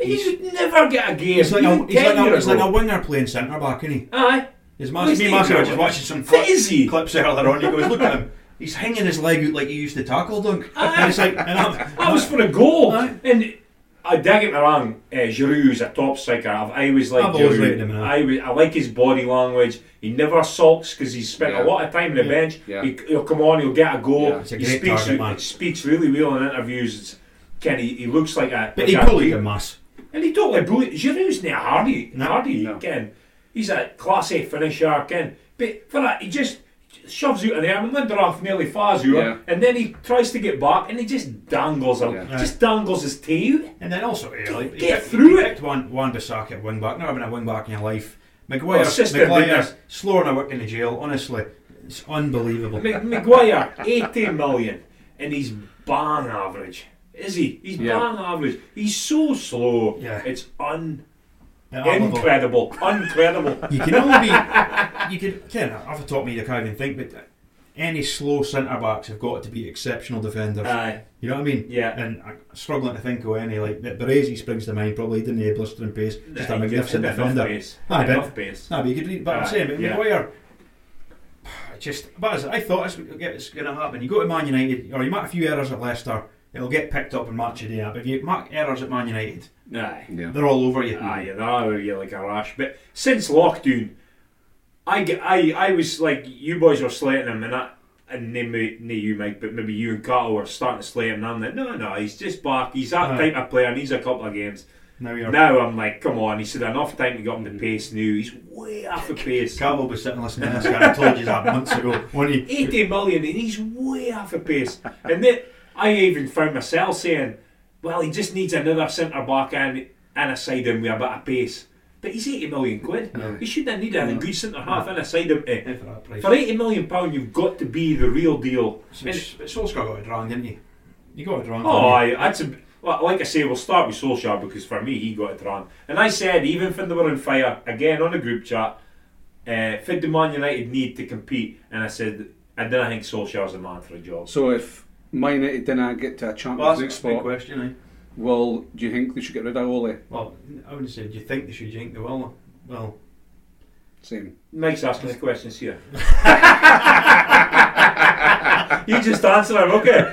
B: He
C: he's-
B: would never get a game.
C: He's like, a,
B: Even
C: he's, like
B: 10
C: a,
B: years
C: he's like a
B: ago.
C: winger playing centre back, isn't he?
B: Aye.
C: His
B: Well,
C: master,
B: he's
C: me and
B: not
C: Master were
B: good.
C: just watching some
B: What
C: cli-
B: is he?
C: clips earlier on. He goes, look at him. He's hanging his leg out like he used to tackle dunk. And it's like, and I'm,
B: That was for a goal.
C: Aye.
B: And I don't get me wrong, uh, Giroud is a top striker. I've, I always like
C: I've always rated him,
B: Giroud.
C: aye.
B: I, wa- I like his body language. He never sulks because he's spent
A: Yeah.
B: a lot of time on the
C: Yeah.
B: bench.
A: Yeah.
B: He, he'll come on, he'll get a goal.
A: Yeah.
C: He's a
B: he
C: great
B: speaks,
C: target
B: re-
C: man.
B: speaks really well in interviews. It's, Ken, he, he looks like a.
C: but
B: like
C: he
B: a-
C: bullied him, Mass.
B: And he totally bullied. Giroud's not hardy.
C: No.
B: hardy,
A: No.
B: Ken. He's a class A finisher, Ken. But for that, he just shoves out an arm, Lindelof nearly fars out,
A: Yeah.
B: and then he tries to get back and he just dangles him.
A: Yeah.
B: Just dangles his tail.
C: And then also, yeah, like, he
B: Get
C: picked-
B: through
C: he
B: it.
C: picked One, Wan Bissaka at wing back. Never been a wing back in your life.
B: Well,
C: Maguire,
B: sister,
C: Maguire,
B: goodness.
C: slower than a work in the jail. Honestly, it's unbelievable.
B: Ma- Maguire, 18 million, and he's bang average. Is he? He's
A: Yeah.
B: bang average. He's so slow.
C: Yeah.
B: It's un-
C: Yeah, I love him.
B: incredible. Incredible.
C: You can only be. You can. Ken, I've taught me to can't even think, but any slow centre backs have got to be exceptional defenders.
B: Aye.
C: You know what I mean?
B: Yeah.
C: And I'm struggling to think of any like that. Baresi springs to mind. Probably didn't he blistering pace. Just a
B: Aye,
C: magnificent
B: enough
C: defender.
B: pace.
C: Aye, but-
B: Enough pace.
C: No, but you could read. But I'm
B: Aye,
C: saying, but
B: yeah.
C: Maguire. Just, but as I thought, this would get it's going to happen. You go to Man United, or you make a few errors at Leicester, it'll get picked up in match of the day. But if you make errors at Man United,
B: Aye.
A: Yeah.
C: they're all over you.
B: Aye, they are Ah, yeah, like a rash. But since lockdown, I, get, I, I was like, you boys were slating him, and I, and maybe not you, Mike, but maybe you and Carl were starting to slate him, and I'm like, no, no, he's just back. He's that
C: Aye.
B: type of player, needs a couple of games.
C: Now you're.
B: Now I'm like, come on, he's had enough time to get on the pace now. He's way off the pace.
C: Cav will be sitting listening to this guy. I told you that months ago. When he
B: 80 million and he's way off the pace. And then I even found myself saying, well, he just needs another centre back and, and a side in with a bit of pace. But he's 80 million quid. He shouldn't need a good centre half and a side in. eh.
C: for that price.
B: For 80 million pound, you've got to be the real deal.
C: So,
B: And,
C: but Solskjaer got it wrong, didn't he? You got it wrong.
B: oh,
C: didn't
B: I, that's a, well, like I say, we'll start with Solskjaer because for me, he got it wrong. And I said, even when they were on fire, again on the group chat, uh, did Man United need to compete? And I said, I don't think Solskjaer's the man for a job.
A: So if Man United didn't get to a
C: you?
A: Champions
C: Well,
A: League
C: that's a big
A: spot,
C: question. Eh?
A: well, do you think they should get rid of Ole?
C: Well, I wouldn't say. Do you think they should yank the will? Well,
A: Same.
B: Mike's asking the questions here. you just answer them, okay?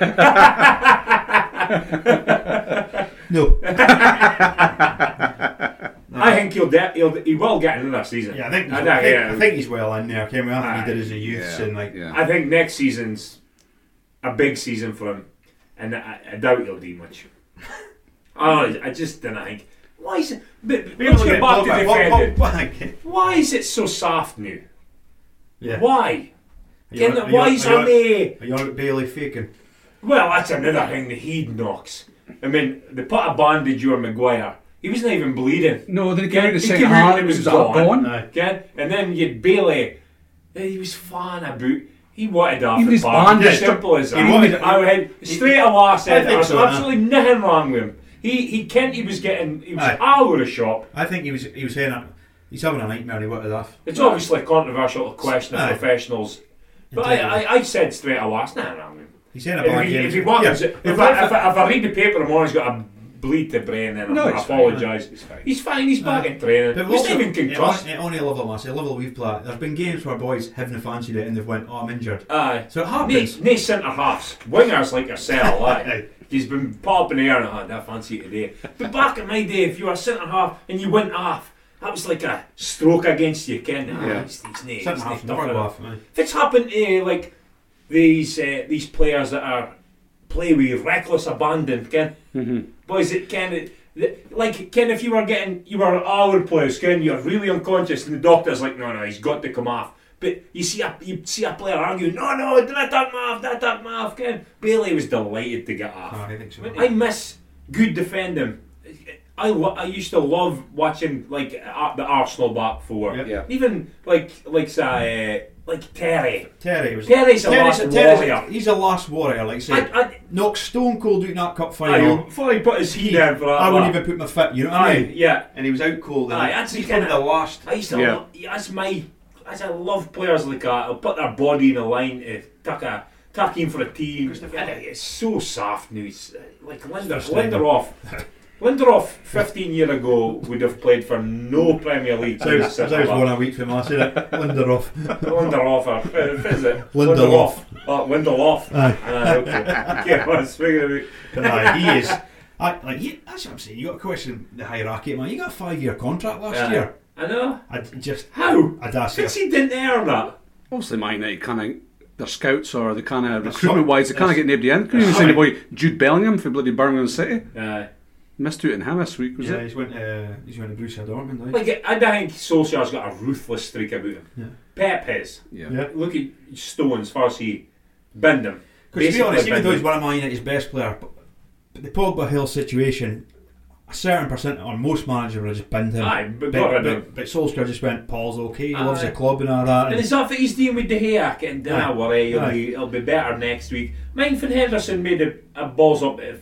C: no.
B: I think he'll, de- he'll he will get another season.
C: Yeah, I think.
B: I,
C: I,
B: know,
C: think,
B: yeah.
C: I think he's well in there. Came after he did as a youth,
A: Yeah.
C: and like,
A: yeah.
B: I think next season's a big season for him, and I, I doubt he'll do much. Oh, I, I just don't think. Why is it? But, but
C: People
B: let's
C: get
B: get back
C: blocked
B: to
C: by-
B: defending.
C: what- what-
B: Why is it so soft now?
C: Yeah.
B: Why?
C: Are you
B: Can-
C: on- are you
B: why
C: on-
B: is
C: are you
B: there
C: on-
B: no-
C: Are you on at Bailey faking?
B: Well, that's another thing that he knocks. I mean, they put a bandage on Maguire. He wasn't even bleeding.
A: No, then he came out the
B: He
A: second
B: came out
A: half.
B: and
A: It
B: it
A: was
B: was
A: that
B: gone.
A: Bond.
D: Aye.
B: Ken? And then you'd Bailey. He was fan about. He wanted that
A: He
B: for
A: was
B: Parma.
A: bandaged.
B: Simple as that.
D: He wanted-
B: I had straight away I
D: I
B: said
D: think
B: there was
D: so, yeah.
B: absolutely nothing wrong with him. He he kent he was getting he was
D: Aye.
B: all over the shop.
C: I think he was he was saying that he's having a nightmare. and He wanted off.
B: It's obviously controversial to question of
C: Aye.
B: professionals. But I, I, I said straight away, it's nothing wrong with him.
C: He's saying about
B: If he, if he wants, if, I, if, I, if I read the paper tomorrow, he's got a bleed to brain. Then
A: No,
B: I
A: it's fine.
B: apologise. He's fine. He's back in training.
C: But
B: He's
C: also,
B: not even
C: it on,
B: concussed.
C: it on a level, Massey, a level we've played. There's been games where boys haven't fancied it and they've went, "Oh, I'm injured."
B: Aye.
C: So it
B: Nay,
C: happens.
B: nay centre halves, wingers like yourself,
D: Aye.
B: aye. He's been popping air and had that fancy today. But back in my day, if you were a centre half and you went off, that was like a stroke against you, Ken. Ah,
D: Yeah.
B: It's, it's nay,
C: Something half
B: it's
C: an
B: nay,
C: hour
B: tough
C: off. aye.
B: if it's happened to eh, like these uh, these players that are play with reckless abandon, Ken, boys, it can it, the- like Ken, if you were getting you were our players, Ken, you're really unconscious, and the doctor's like, no, no, he's got to come off. But you see a you see a player arguing, no, no, did I take him off? Did I take him off? Ken Bailey was delighted to get off.
C: Aye, Oh, I think so.
B: I miss good defending. I, lo- I used to love watching like uh, the Arsenal back four.
C: Yep.
D: Yeah.
B: Even like like say uh, like Terry.
C: Terry was.
B: Terry's a last
C: Terry's
B: warrior.
C: he's a last warrior, like say.
B: I, I,
C: Knock Stone Cold out in that
B: I,
C: cup final.
B: before he put his heat down oh, for that.
C: I wouldn't
B: lap.
C: even put my foot. You know what I
B: Aye,
C: mean?
B: yeah.
C: And he was out cold. and
B: Aye, that's
C: he's
B: the
C: one of
B: kinda-
C: the last.
B: I used to.
D: Yeah.
B: Lo- that's my. That's I love players like that. They'll put their body in a line to tuck a tuck in for a team. And it's so soft now. It's uh, like Linder,
C: Frustrating.
B: Linderoff. Linderoff, 15 year ago, would have played for no Premier League.
C: So I
B: team
C: was,
B: since
C: I was
B: that.
C: one a week from last year. Lindelof.
B: Lindelof, or uh, is it?
C: Lindelof.
B: Oh, Lindelof.
C: Aye.
B: Ah, okay. yeah, well, speaking of it,
C: Aye, he is. I, like, he, that's what I'm saying. You got to question the hierarchy, man. You got a five-year contract last
B: Aye. Uh,
C: year.
B: I know.
C: I d- just,
B: How?
C: I dash you.
B: Since he didn't earn that.
A: Obviously, mind that kind of their scouts or the kind of
C: There's
A: recruitment wise, they
C: some-
A: kind of get nobody in. Couldn't even
C: there's
A: say
C: some-
A: anybody. Jude Bellingham for bloody Birmingham City
B: Aye.
A: missed out in him this week, was
C: Yeah,
A: it?
C: he's went. Uh, he's went to Borussia Dortmund. Aye.
B: Like, I think Solskjaer's got a ruthless streak about him.
C: Yeah.
B: Pep has.
A: Yeah.
C: Yeah.
B: Look at Stones, first he binned him.
C: Because to be
B: Basically
C: honest, even
B: binned
C: though he's
B: him.
C: one of Man United's best player, but, but the Pogba Hill situation, a certain percent or most managers would have just binned him.
B: Aye, but
C: but,
B: got
C: but,
B: rid of
C: but, Solskjaer just went. Paul's okay. He loves
B: Aye.
C: the club and all that.
B: And
C: And,
B: it's not that he's dealing with De Gea, getting down,
C: Aye.
B: worry, he'll
C: Aye.
B: be, he'll be better next week. Mind Finn Henderson made a, a balls up at,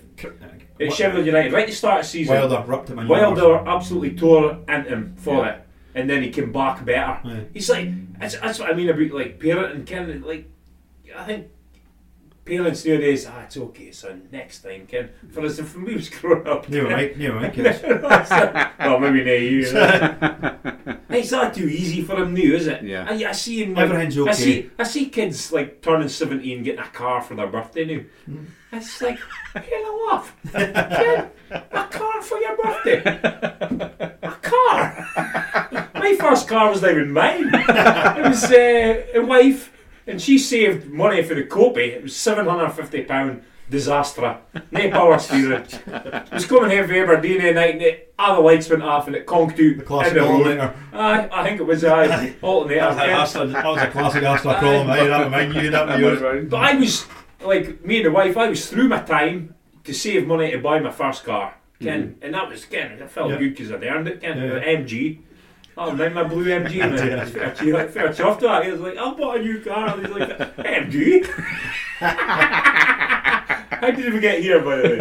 B: at Sheffield United right at the start of the season.
C: uh, Wilder ripped him. in
B: Wilder
C: yards.
B: absolutely tore into him for
A: Yeah.
B: it, and then he came back better.
C: Yeah.
B: He's like, that's, that's what I mean about like parenting, Ken. Like, I think parents nowadays, ah, it's okay, son. Next time, Ken. For instance, when we was growing up,
C: Never mind. Never mind, kids.
B: well, maybe not you. Know. it's not too easy for him now, is it?
A: Yeah.
B: I, I see him. Like,
C: Everything's
B: I
C: okay.
B: see, I see kids like turning seventeen, getting a car for their birthday now. It's like, hell off, kid, a car for your birthday. A car. My first car was not even mine. It was uh, a wife, and she saved money for the copy. It was seven hundred and fifty pound. Disaster. No power steering. It was coming here for Aberdeen at night, and it, all the lights went off, and it conked out.
C: The classic
B: in the road.
C: alternator.
B: Aye, I think it was uh, aye, alternator.
C: That
B: yeah.
C: was a- that was a classic Astra problem. Aye, that mind you, that was yours.
B: But I was like me and the wife. I was through my time to save money to buy my first car, Ken, and that was Ken. It felt
C: Mm-hmm. Yeah.
B: good good because I'd earned it, Ken.
C: Yeah, yeah.
B: The MG. Oh, mind my blue MG, man.
C: Yeah.
B: Fair ch- like, fair chuffed to that. He was like, I bought a new car. And he's like, MG. How did we get here, by the way?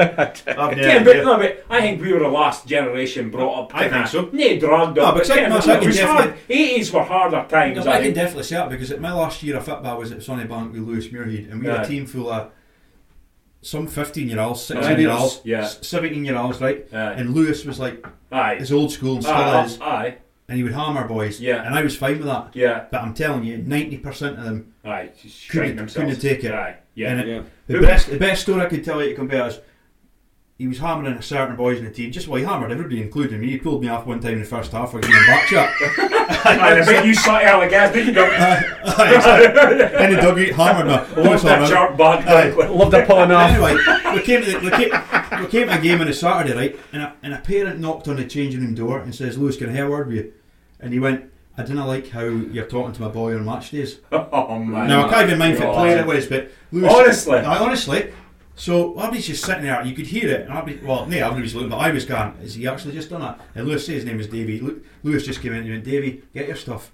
C: I've
B: Yeah,
C: never-
B: but no, but I think we were the last generation brought up.
C: I
B: in
C: think
B: a-
C: so.
B: Nay, dragged
C: No,
B: up.
C: but second-
B: Ken,
C: no,
B: it
C: second
B: was
C: definitely.
B: hard. Eighties were harder times.
C: No, I
B: I
C: can
B: think.
C: definitely say that because at my last year of football was at Sunnybank with Lewis Muirhead, and we had
B: Aye.
C: a team full of some 15 year olds, 16
B: Aye.
C: year olds,
B: Yeah.
C: 17 year olds, right?
B: Aye.
C: And Lewis was like,
B: Aye.
C: it's old school and still
B: Aye,
C: is,
B: Aye.
C: and he would hammer boys,
B: Ah. Yeah.
C: and I was fine with that.
B: Yeah.
C: But I'm telling you, 90% of them,
B: Aye, just
C: Couldn't-
B: shite themselves.
C: couldn't take it.
B: Aye, yeah.
C: and it-
A: Yeah.
C: the best the best story I could tell you to compare is he was hammering a certain boys in the team, just well, he hammered everybody, including me. He pulled me off one time in the first half for giving him back shot.
B: Aye, I bet you saw Alec as did you go?
C: and the dugout hammered me.
B: Lost Oh, that sharp bad
C: Aye.
B: quickly.
A: Loved her pulling off.
C: Anyway, we came to the, we came, we came to a game on a Saturday, right? And a, and a parent knocked on the changing room door and says, "Lewis, can I have a word with you?" And he went, "I didn't like how you're talking to my boy on match days."
B: Oh man.
C: Now I can't even mind if it
B: God.
C: played it was, but Lewis,
B: Honestly?
C: I honestly, So Abby's just sitting there, you could hear it. And Abby, well, no, Abby was looking, but I was going, Is he actually just done that? And Lewis says his name is Davey. Lu- Lewis just came in and went, Davey, get your stuff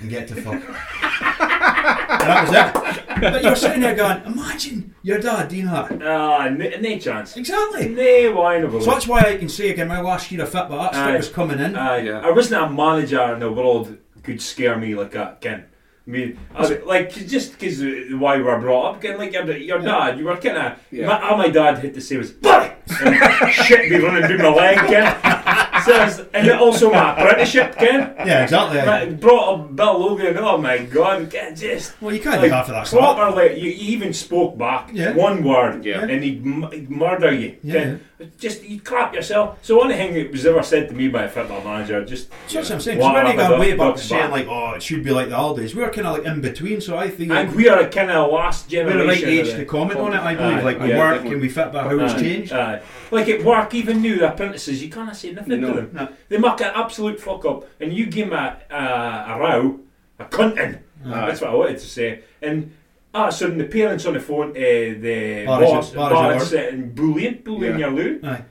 C: and get to fuck. and that was it. But you're sitting there going, Imagine your dad doing that.
B: Ah, n- nae chance.
C: Exactly.
B: Nae wine of a
C: So that's why I can say again, my last year of fit, but that
B: Aye.
C: stuff was coming in.
B: Aye,
A: Yeah.
B: I wasn't a manager in the world could scare me like that, Ken. I mean, I was- like just because why we were brought up, Ken. Like your, your dad, you were kind of.
A: Yeah.
B: My, all my dad had to say was "Bloody!" and shit be running through my leg, Ken. So I was- and also my apprenticeship, Ken.
C: Yeah, exactly.
B: Right, brought up Bill Logan. Oh my God, Ken, just.
C: Well, you can't
B: Like,
C: do half of that stuff.
B: properly, you you even spoke back
C: Yeah.
B: one word,
A: Yeah.
B: and he'd, m- he'd murder you.
C: Yeah,
B: Ken. Just you crap yourself. So anything that was ever said to me by a football manager, just
C: So that's what I'm saying.
B: Wow,
C: so we're not
B: but
C: going way back
B: but-
C: to saying like, oh, it should be like the old days. We're kind of like in between. So I think
B: and we are a kind of last
C: we're
B: generation.
C: the right age
B: of
C: to
B: the-
C: comment on it. I
B: Aye,
C: believe, like we
B: yeah,
C: work
A: definitely.
C: and we fit about how it's
B: Aye,
C: changed.
B: aye. Like at work, even new the apprentices, you can't say nothing
A: No,
B: to them.
C: no.
B: They make an absolute fuck up, and you give them a, a, a row, a cunting. Uh,
A: Aye.
B: That's what I wanted to say. And ah, so then the parents on the phone, uh, the boss,
C: Barrage's- Barrage's
B: Barrage,
C: word.
B: and bullying, bullying
A: Yeah.
B: your loon.
C: Aye.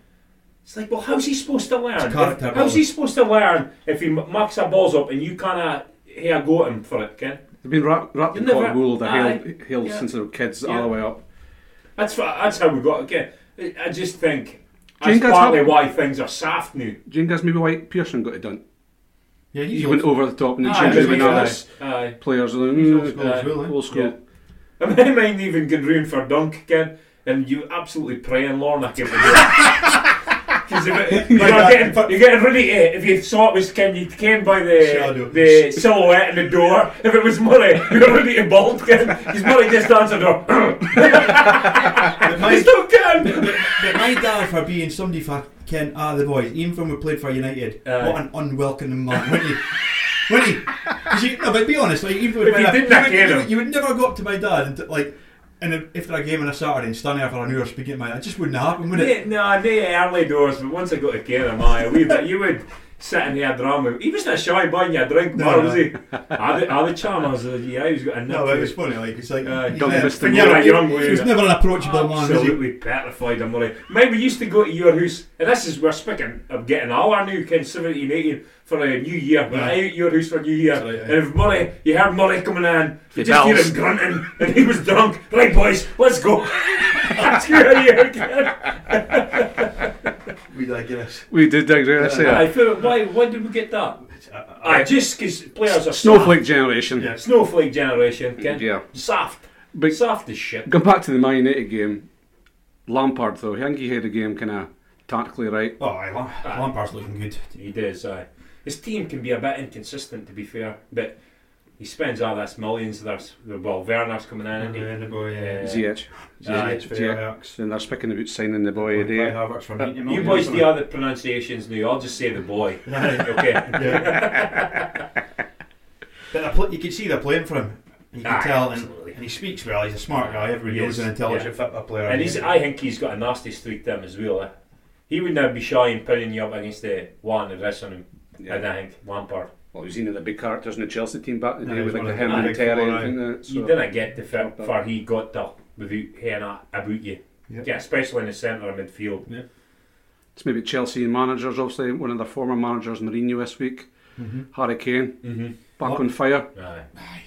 B: It's like, well, how's he supposed to learn?
C: It's character
B: If- how's
C: building.
B: he supposed to learn if he m- marks our balls up and you can't hear a go at him for it, Ken?
A: They've been wrapped, wrapped in
B: You've never-
A: cotton wool the hill,
B: aye.
A: hill
B: Yeah.
A: since they were kids
B: Yeah.
A: all the way up.
B: That's fa- that's how we got again. I I just think
A: Do you
B: that's
A: think that's
B: partly
A: how-
B: why things are soft now.
A: Do you think that's maybe why Pearson got it done?
C: Yeah, he's
A: He went over the top and then
B: Aye,
A: changed it with
B: maybe,
A: all
B: aye,
A: this
B: Ah, aye.
A: players.
C: He's old school
A: Mm,
C: as well. eh?
A: Old school.
B: Yeah. I mean, mine even good room for dunk again, and you absolutely praying Lorna came to do Because you're, getting, you're getting ready to, if you saw it was Ken, you came by the
C: Shadow.
B: the silhouette and the door. If it was Murray, you're ready to bolt, Ken. Because Murray just answered her,
C: But
B: he's
C: my,
B: not Ken!
C: but my dad for being somebody for Ken ah the boys, even when we played for United,
B: Aye.
C: what an unwelcoming man, wouldn't you? wouldn't you? 'Cause you? No, but be honest, like even
B: If
C: when
B: you
C: I-
B: didn't
C: you, would,
B: hear
C: you
B: him.
C: would- you would never go up to my dad and t- like. And if- if they're a game on a Saturday and stand there for an hour speaking to my dad, it just wouldn't happen, would it?
B: Yeah, no, nay early doors, but once I got to Cairn, my wee bit, you would sit in here drama. He wasn't a shy buying you a drink,
C: No,
B: no,
C: no.
B: was he? Are the, are the charmers? Uh, yeah, he's got a nip.
C: No, it was funny. Like it's like
B: Uh,
C: he's
A: don't
C: never-
A: miss the
C: when you're
B: moment.
C: a-
B: Young
C: he was
B: Wayne.
C: never an approachable man. Was he?
B: Absolutely petrified, I'm worried. Mate, we used to go to your house, and this is, we're speaking of getting all our new kids, 17, 18, for a new year. We're
C: Yeah.
B: out at your house for New Year.
C: That's right, aye.
B: And if Murray, you heard Murray coming in, you
A: Your
B: just hear
A: bells.
B: him grunting, and he was drunk. Right, boys, let's go. Let's get out of here again.
C: We digress.
A: We did digress
B: I
A: there.
B: feel, why, why did we get that? Aye, just because players are
A: Snowflake generation.
C: Yeah.
B: soft. snowflake generation, Ken.
A: Yeah.
B: Soft,
A: But
B: soft as shit.
A: Going back to the Man United game, Lampard though, I think he had a game kind of tactically right.
C: Oh, aye, Lam- Lampard's looking good.
B: He does. Aye, his team can be a bit inconsistent to be fair, but he spends all this millions. There's well, Werner's coming in, isn't he?
C: Mm-hmm. boy, uh,
A: Ziyech,
B: Aye,
A: Ziyech, Ziyech. and they're speaking about signing the boy today.
B: You boys do other pronunciations now. I'll just say the boy. okay.
C: But they're pl- you can see they're playing for him. You can
B: Aye,
C: tell, and,
B: absolutely.
C: and he speaks well. He's a smart guy. Everybody
B: He
C: knows
B: is,
C: he's an intelligent football player.
B: And he's, I think he's got a nasty streak to him as well. Eh? He would now be shy and pinning you up against the one and this on him.
A: Yeah.
B: And I think Lampard.
A: Well, you've seen the big characters in the Chelsea team back in the
C: No,
A: day
C: he's
A: with like
C: one
A: the
C: of the
A: him and
C: big
A: Terry
C: four,
A: and things like that.
B: You
A: So,
B: didn't get the fit for he got there without hearing that about you.
C: Yep.
B: Yeah, especially in the centre of midfield.
A: it's maybe Chelsea managers, obviously one of their former managers, Mourinho this week. Harry Kane
B: Mm-hmm.
A: back
C: What?
A: on fire.
B: Aye.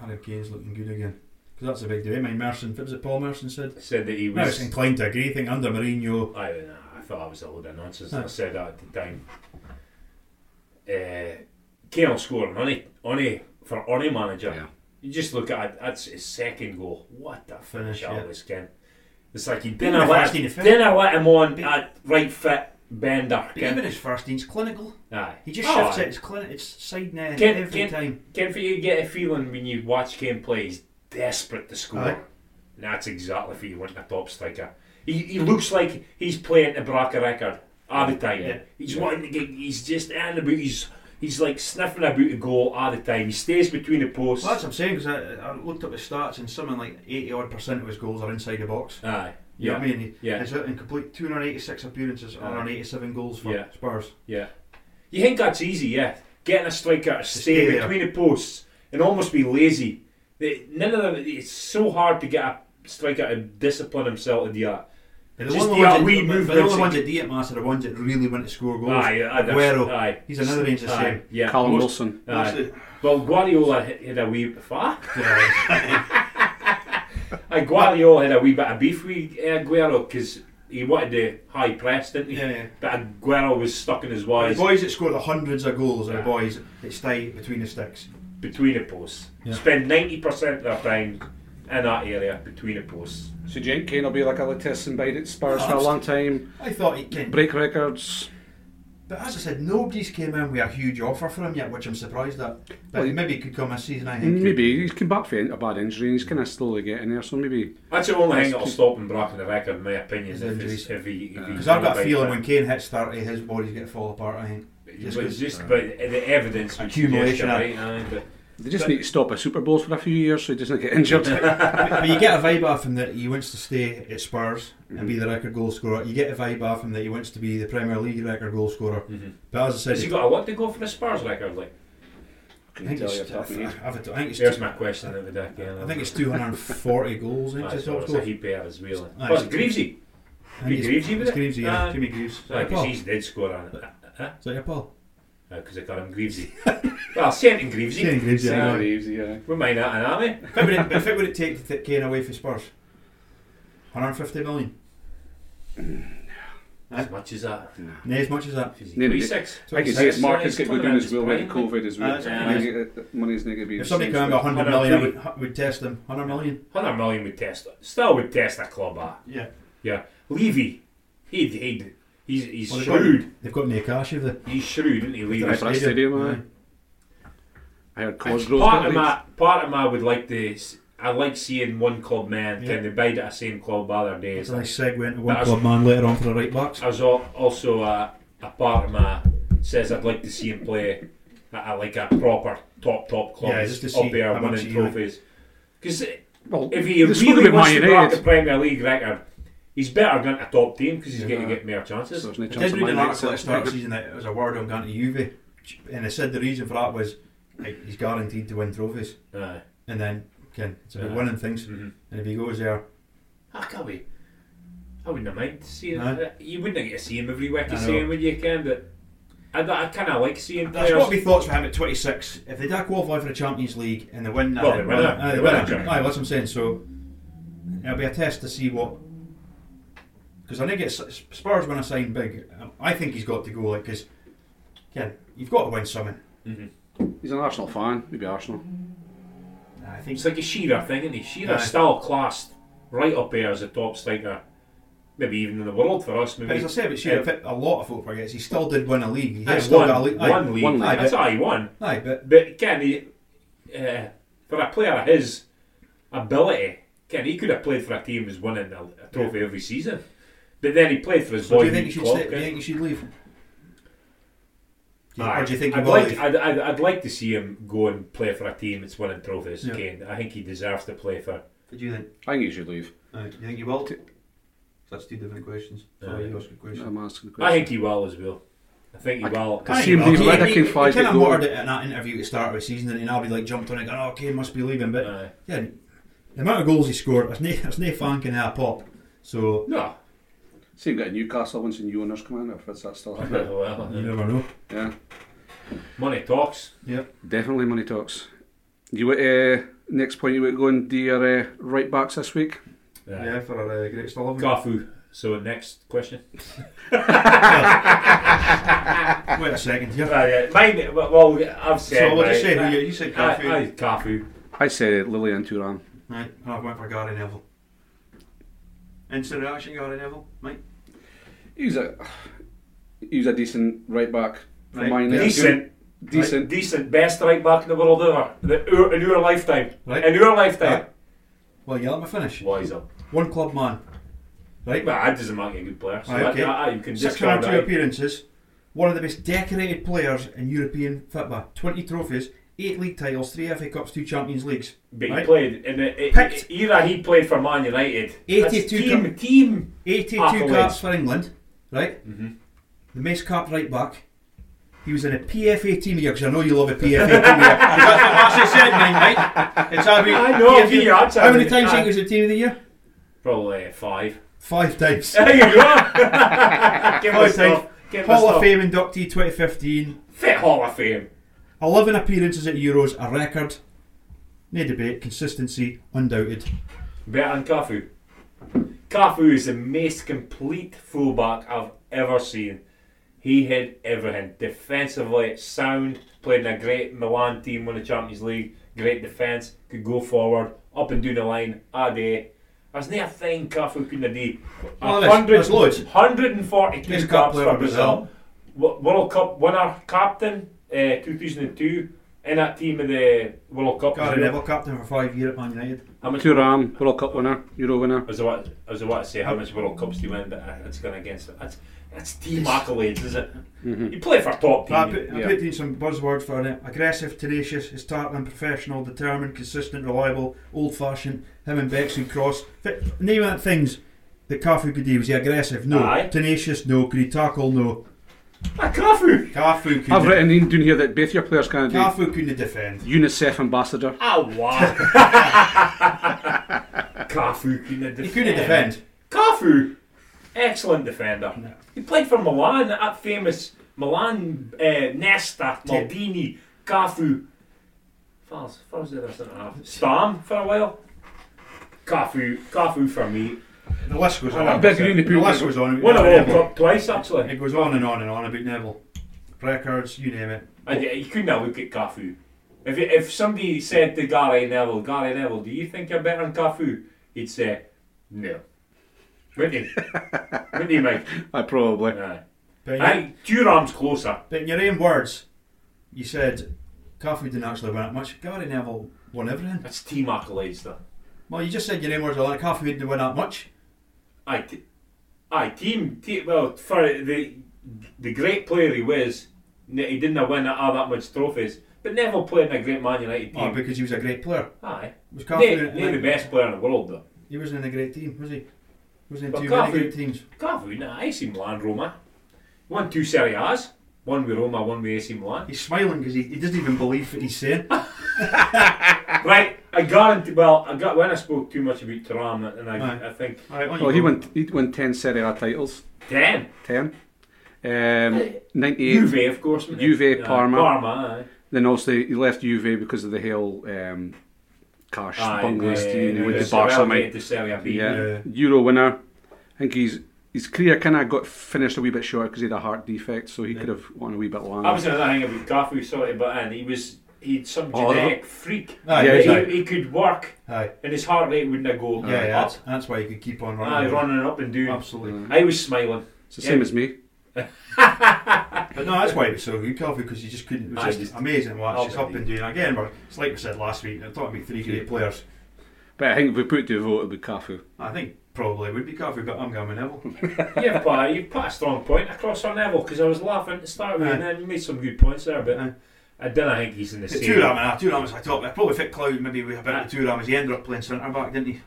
C: Harry Kane's looking good again. Because that's a big debate. My Merson, was it Paul Merson said?
B: Said that he
C: I was
B: was.
C: inclined to agree. I think under Mourinho,
B: I, don't know, I thought I was a load of nonsense. and I
C: Aye.
B: said that at the time. Uh, Kane will score on any, on any, for any manager.
A: Yeah.
B: You just look at it, that's his second goal. What the
C: Finish,
B: finish out
C: yeah.
B: was, Ken. It's like he
C: Even
B: didn't
C: if
B: let,
C: Aston to fit.
B: didn't let him on
C: Be-
B: at right fit bender.
C: but even
B: Ken.
C: his first team's clinical.
B: Aye.
C: He just
B: Oh,
C: shifts
B: aye.
C: it. It's clinic. It's side net
B: Kane-
C: every
B: Kane-
C: time.
B: Ken, for you get a feeling when you watch Kane play, he's desperate to score.
C: Aye.
B: And that's exactly for you want a top striker. He, he looks like he's playing the Baraka record all the time.
C: Yeah.
B: He's wanting to get, he's just in about, he's, he's like sniffing about a goal all the time. He stays between the posts.
C: Well, that's what I'm saying because I, I looked up the stats and something like 80 odd percent of his goals are inside the box.
B: Aye.
C: You
B: Yeah.
C: know what I mean? He-
B: Yeah.
C: He's in complete 286 appearances and
B: Aye.
C: 187 goals for
B: Yeah.
C: Spurs.
B: Yeah. You think that's easy, yeah. Getting a striker to stay,
C: stay there.
B: between the posts and almost be lazy. They- None of them, it's so hard to get a strike out and discipline himself to do that.
C: But the
B: Just
C: only
B: the
C: ones that-
B: wee
C: but
B: movements
C: The only
B: that
C: ones
B: you-
C: that do it, Master, are the ones that really want to score goals.
B: Aye, aye, that's-
C: Aguero,
B: aye.
C: he's another range of
B: Aye,
C: shame.
B: yeah.
A: Callum
B: Most-
A: Wilson.
B: aye.
C: Mostly-
B: Well, Guardiola had had a wee fuck.
C: Yeah.
B: Aye, Guardiola had a wee bit of beef with eh, Aguero because he wanted the high press, didn't he?
C: Yeah, yeah.
B: But Aguero was stuck in his
C: the
B: wires
C: boys that score the hundreds of goals are
B: Yeah.
C: the boys that stay between the sticks.
B: between the posts.
C: Yeah.
B: Spend ninety percent of their time in that area between the posts.
A: So do you think Kane will be like Alexis and bide at Spurs
C: No,
A: for a
C: I'm
A: long time,
C: I thought he can.
A: break records?
C: But as I said, nobody's came in with a huge offer for him yet, which I'm surprised at. But
A: Well,
C: maybe he could come this season, I think.
A: Maybe he's come back from a bad injury and he's kind of slowly getting there. So maybe
B: That's the only
A: That's
B: thing that'll
A: keep-
B: stop him breaking the record, in my opinion.
C: His
B: If
C: injuries.
B: it's, if he, if
C: Because I've got a feeling when
B: when
C: Kane hits 30, his body's going to fall apart, I think.
B: just,
C: just
B: but
C: goes- uh,
B: just about the evidence would suggest
C: Accumulation
B: you're
C: of-
B: right, aye, but
A: they just
B: But-
A: need to stop a Super Bowl for a few years so he doesn't get injured.
C: but you get a vibe off him that he wants to stay at Spurs and be the record goal scorer. You get a vibe off him that he wants to be the Premier League record goal scorer. But as I said,
B: has he got a lot to go for the Spurs record? Like,
C: I think it's, I,
A: He's
C: I've- I think it's,
B: there's my question of the day. Again,
C: I think it's 240 goals. I think
B: Aye,
C: it's
B: so
C: top
B: it's a
C: score.
B: heap of others, really.
C: Aye.
B: Was it Greavesy?
C: I think
B: Be
C: it's-
B: Greavesy with
C: it's
B: it?
C: Greavesy, yeah.
B: Aye.
C: Timmy Greaves. Is that your
B: Because
C: Paul?
B: he did score on it. uh,
C: Is that your Paul?
B: Because I got him Greavesy. well, Sentin Greavesy.
C: Timmy Greaves, yeah.
B: Aye.
A: yeah.
B: We mind that, an army.
C: If it would it- if it would take to take Kane away from Spurs? 150 million?
B: As much as that.
C: Nay, as much as that.
B: If he's
A: No, no,
B: 36.
A: I can see it.
B: Aye,
A: Markets
B: it's
A: get good
B: coming
A: doing
B: around
A: as well with
B: this time,
A: COVID as well. uh,
C: Aye,
B: aye.
A: I think that Money's not going to be.
C: If
A: the
C: somebody
A: same
C: came and got
A: thing.
C: 100 million, I would, I would test him. 100 million?
B: 100 million would test Still would test that club at.
C: Yeah.
B: Yeah. Levy. He'd, he'd, he's he's
C: Well, they've got-
B: shrewd.
C: They've got no cash, have they?
B: He's shrewd, isn't he, Levy?
A: Right, for a stadium, aye. I heard Cosgrove.
B: Part of, my, part of my would like this. I like seeing one club man
C: Yeah.
B: can they bide at the same club other days.
C: It's a nice segue into one
B: That's-
C: club man later on for the right backs.
B: I was al- also a, a part of my says I'd like to see him play at, a- like a proper top top club
C: Yeah, just to
B: up
C: see
B: there
C: how much
B: winning
C: he-
B: trophies. Because
A: Well,
B: if he
A: they scored
B: really
A: with
B: wants
A: Man
B: to break the
A: United.
B: Premier League record, he's better going to a top team because he's
A: Yeah.
B: going to get more chances.
A: So there's no
C: I
A: chance
C: did
A: of
C: read
A: Man
C: an article at
A: United.
C: the start of the season that it was a word on going to Juve, and they said the reason for that was like, he's guaranteed to win trophies.
B: Aye.
C: And then, again, it's about
B: Yeah.
C: winning things.
B: Mhm.
C: And if he goes there,
B: Ah, can we? I wouldn't mind seeing.
C: Aye.
B: You wouldn't get to see him every week. You
C: I
B: see
C: know.
B: him when you can, but I, I kind of like seeing
C: There's got to
B: players.
C: be thoughts for him at 26. If they do qualify for the Champions League and they win that,
B: Well, they win it.
C: aye,
B: They
C: they
B: win
C: win
B: it,
C: it.
B: Jimmy.
C: Aye, that's what I'm saying. So it'll be a test to see what. Because I think it's Spurs when I sign big. Um, I think he's got to go like because, again, you've got to win something.
A: He's an Arsenal fan. Maybe Arsenal.
C: I think
B: It's like a Shearer thing, isn't he? Shearer's
C: Aye.
B: still classed right up there as a top striker, maybe even in the world for us. Maybe
C: But as I said, but sure, if it- a lot of folk forget he still did win a league. He has
B: That's
C: still
B: one,
C: got a league. Aye,
B: one league.
A: one league.
C: Aye,
B: That's
C: but,
B: how he won.
C: aye, but
B: But can he, uh, for a player of his ability, can he could have played for a team who's winning a, a trophy every season. But then he played for his
C: so
B: boy.
C: do you think he should
B: club,
C: stay, do you
B: can-
C: think he should leave? Do you-
B: Aye.
C: Or do you think he
B: I'd
C: will
B: like,
C: leave?
B: I'd, I'd, I'd like to see him go and play for a team that's winning trophies.
C: Yeah.
B: Kane, I think he deserves to play for.
C: But do you think?
A: I think he should leave.
C: Aye, Uh, do you think he will? That's two different questions. Sorry,
B: Aye.
C: you asked a question.
A: I'm asking the
B: Mm-hmm. I
A: question.
B: think he will as well. I think he
A: I-
B: will.
A: I see him
B: Aye.
A: being
C: he,
A: red, I
C: he,
A: can
C: he
A: five
C: kind
A: it
C: of
A: go.
C: muttered it in that interview at the start of the season, and Nobby like jumped on it, going, "Oh, Kane must be leaving." But
B: Aye.
C: yeah, the amount of goals he scored, it's nae it's nae fan can have a pop. So
B: No,
A: See him get a Newcastle once a new owners come in. If it's that still happening.
B: well,
C: you never know.
A: Yeah,
B: money talks.
C: Yep.
A: definitely money talks. You uh, next point you were going do your uh, right backs this week.
B: Aye.
C: for a uh, great Sullivan.
B: Cafu. So next question.
C: Wait a second here.
B: Right, Uh, yeah. Mine, well, I've said.
C: So what did
B: right,
C: you say?
B: I,
C: Who you, you said
B: I, I,
C: Cafu.
B: Cafu.
A: I said Lillian Turan.
C: Right, and I went for Gary Neville. Instant reaction, Gary Neville, mate.
A: He's a he's a decent right back. for
C: Right.
A: Man United.
B: Decent.
A: decent.
B: Right, decent. Best right back in the world ever. The, our, in your lifetime.
C: Right.
B: In your lifetime.
C: Well, you let me finish.
B: Wise up.
C: One club man. Right,
B: Well, that doesn't make you a good player. So
C: Aye,
B: that-
C: okay.
B: that- you can discard
C: 602
B: that.
C: appearances, one of the most decorated players in European football, 20 trophies, 8 league titles, 3 FA Cups, 2 Champions Leagues.
B: But he
C: Right?
B: played in the
C: Picked.
B: either he played for Man United. That's
C: 82
B: team
C: cup-
B: team.
C: 82
B: Accolades.
C: caps for England, right? Mm-hmm. The most capped right back. He was in a PFA team year, because I know you love a PFA team year. That's what Marcy said, mate, mate. It's how many-
B: I know,
C: PFA
B: yeah, that's
C: How many
B: how
C: times
B: many-
C: he was the team of the year?
B: Probably five.
C: Five times.
B: There you go. Give
C: Five
B: us
C: times.
B: stuff. Give us
C: Hall of
B: stuff.
C: Fame inductee 2015.
B: Fit Hall of Fame.
C: 11 appearances at Euros, a record. No debate, consistency, undoubted.
B: Better than Cafu. Cafu is the most complete fullback I've ever seen. He hit everything. Defensively, sound, played in a great Milan team, won the Champions League, great defence, could go forward, up and down the line, a day. There's not a thing Cafu couldn't do. A
C: Oh, there's- there's loads.
B: 142
C: He's a cup
B: caps
C: player
B: for
C: in Brazil.
B: Brazil. Wo- World Cup winner, captain, uh, 2002, in that team of the World Cup.
C: Gary Neville, captain for five years at Man United.
B: How much
A: Turam, World Cup winner, Euro winner.
B: I was about, I was about to say how much World Cups do you win, but uh, it's going against it. That's, that's team accolades, is it?
C: Mm-hmm.
B: You play for top
C: I
B: team.
C: put, I
A: Yeah.
C: put in some buzzwords for it. Aggressive, tenacious, is tackling, professional, determined, consistent, reliable, old fashioned, him and Bex and Cross. Fit, name of the things that Cafu could do. Was he aggressive? No.
B: Aye.
C: Tenacious? No. Could he tackle? No.
B: Ah, Cafu!
C: Cafu couldn't,
A: I've written in down here that both your players can do.
C: Cafu couldn't defend.
A: UNICEF ambassador.
B: Ah, wow. Cafu couldn't defend.
C: He couldn't defend.
B: Cafu, excellent defender.
C: No.
B: He played for Milan, that famous Milan uh, Nesta, Maldini, Cafu. Fals, Fals did this and a half. Stam for a while. Cafu, Cafu for me.
C: The list goes
B: I
C: on.
B: bet
A: you didn't
C: the list
A: put-
C: goes on.
B: Won a World
C: Neville.
B: Cup twice actually.
C: It goes on and on and on about Neville. Records, you name it.
B: I, you couldn't have looked at Cafu. If, if somebody said to Gary Neville, Gary Neville, do you think you're better than Cafu? He'd say, no. Wouldn't he? Wouldn't he, Mike?
A: I probably.
B: Aye.
C: But in,
B: Aye, Durham's closer.
C: but in your own words, you said Cafu didn't actually win it much. Gary Neville won everything.
B: That's team accolades, though.
C: Well, you just said your name was like half of it didn't win that much.
B: Aye, t- aye team, te- well, for the the great player he was, n- he didn't win all that much trophies, but Neville played in a great Man United
C: Oh,
B: team.
C: because he was a great player.
B: Aye.
C: Was
B: They're
C: Cafu?
B: the best player in the world, though.
C: He wasn't in a great team, was he? Wasn't in
B: But
C: too many
B: Cafu-
C: great teams.
B: Cafu, nah, I seen Milan Roma. Won two Serie A's. One with Roma, one with AC Milan.
C: He's smiling because he, he doesn't even believe what he's saying.
B: right, I guarantee. Well, I got when I spoke too much about Taram, and I,
C: Aye.
B: I think
C: Alright, on you
A: Well, he
C: go.
A: won, he won 10 Serie A titles.
B: ten.
A: 10. Um, 98.
B: Juve, of course. wasn't it?
A: Juve,
B: Aye,
A: Parma.
B: Parma. Aye.
A: Then also he left Juve because of the whole um, cash
B: Aye,
A: bungling
B: aye,
A: scheme. He
B: aye,
A: went to
B: so well
A: Barca,
B: made
A: mate.
B: to Serie A B.
A: Yeah.
C: Yeah.
A: Euro winner. I think he's, his career kind of got finished a wee bit short because he had a heart defect, so he could have gone a wee bit longer.
B: That was another thing about Cafu. Sorry, but and he was he'd some
A: Oh,
B: genetic freak.
C: Aye,
A: Yeah,
B: he,
C: exactly.
B: he could work,
C: Aye.
B: and his heart rate wouldn't go
C: Yeah, yeah,
B: up.
C: that's, that's why he could keep on running.
B: Aye, running up and doing.
C: Absolutely.
A: Mm.
B: I was smiling.
A: it's the
B: yeah.
A: same as me.
C: But no, that's why he was so good, Cafu, because he just couldn't. It was
B: Aye,
C: just,
B: just-
C: amazing to watch. He's up
B: Absolutely.
C: and doing again. But it's like we said last week. I'm talking about three great players.
A: But I think if we put it to a vote, it would be Cafu.
C: I think probably would be Cafu, but I'm going with Neville.
B: Yeah, but you put a strong point across on Neville because I was laughing to start with, and then you made some good points there. But
C: Aye.
B: I don't think he's in the
C: The
B: same.
C: two Ram and I, two Rams I thought I probably fit Cloud maybe with a bit of the two Rams. He ended up playing centre back, didn't he?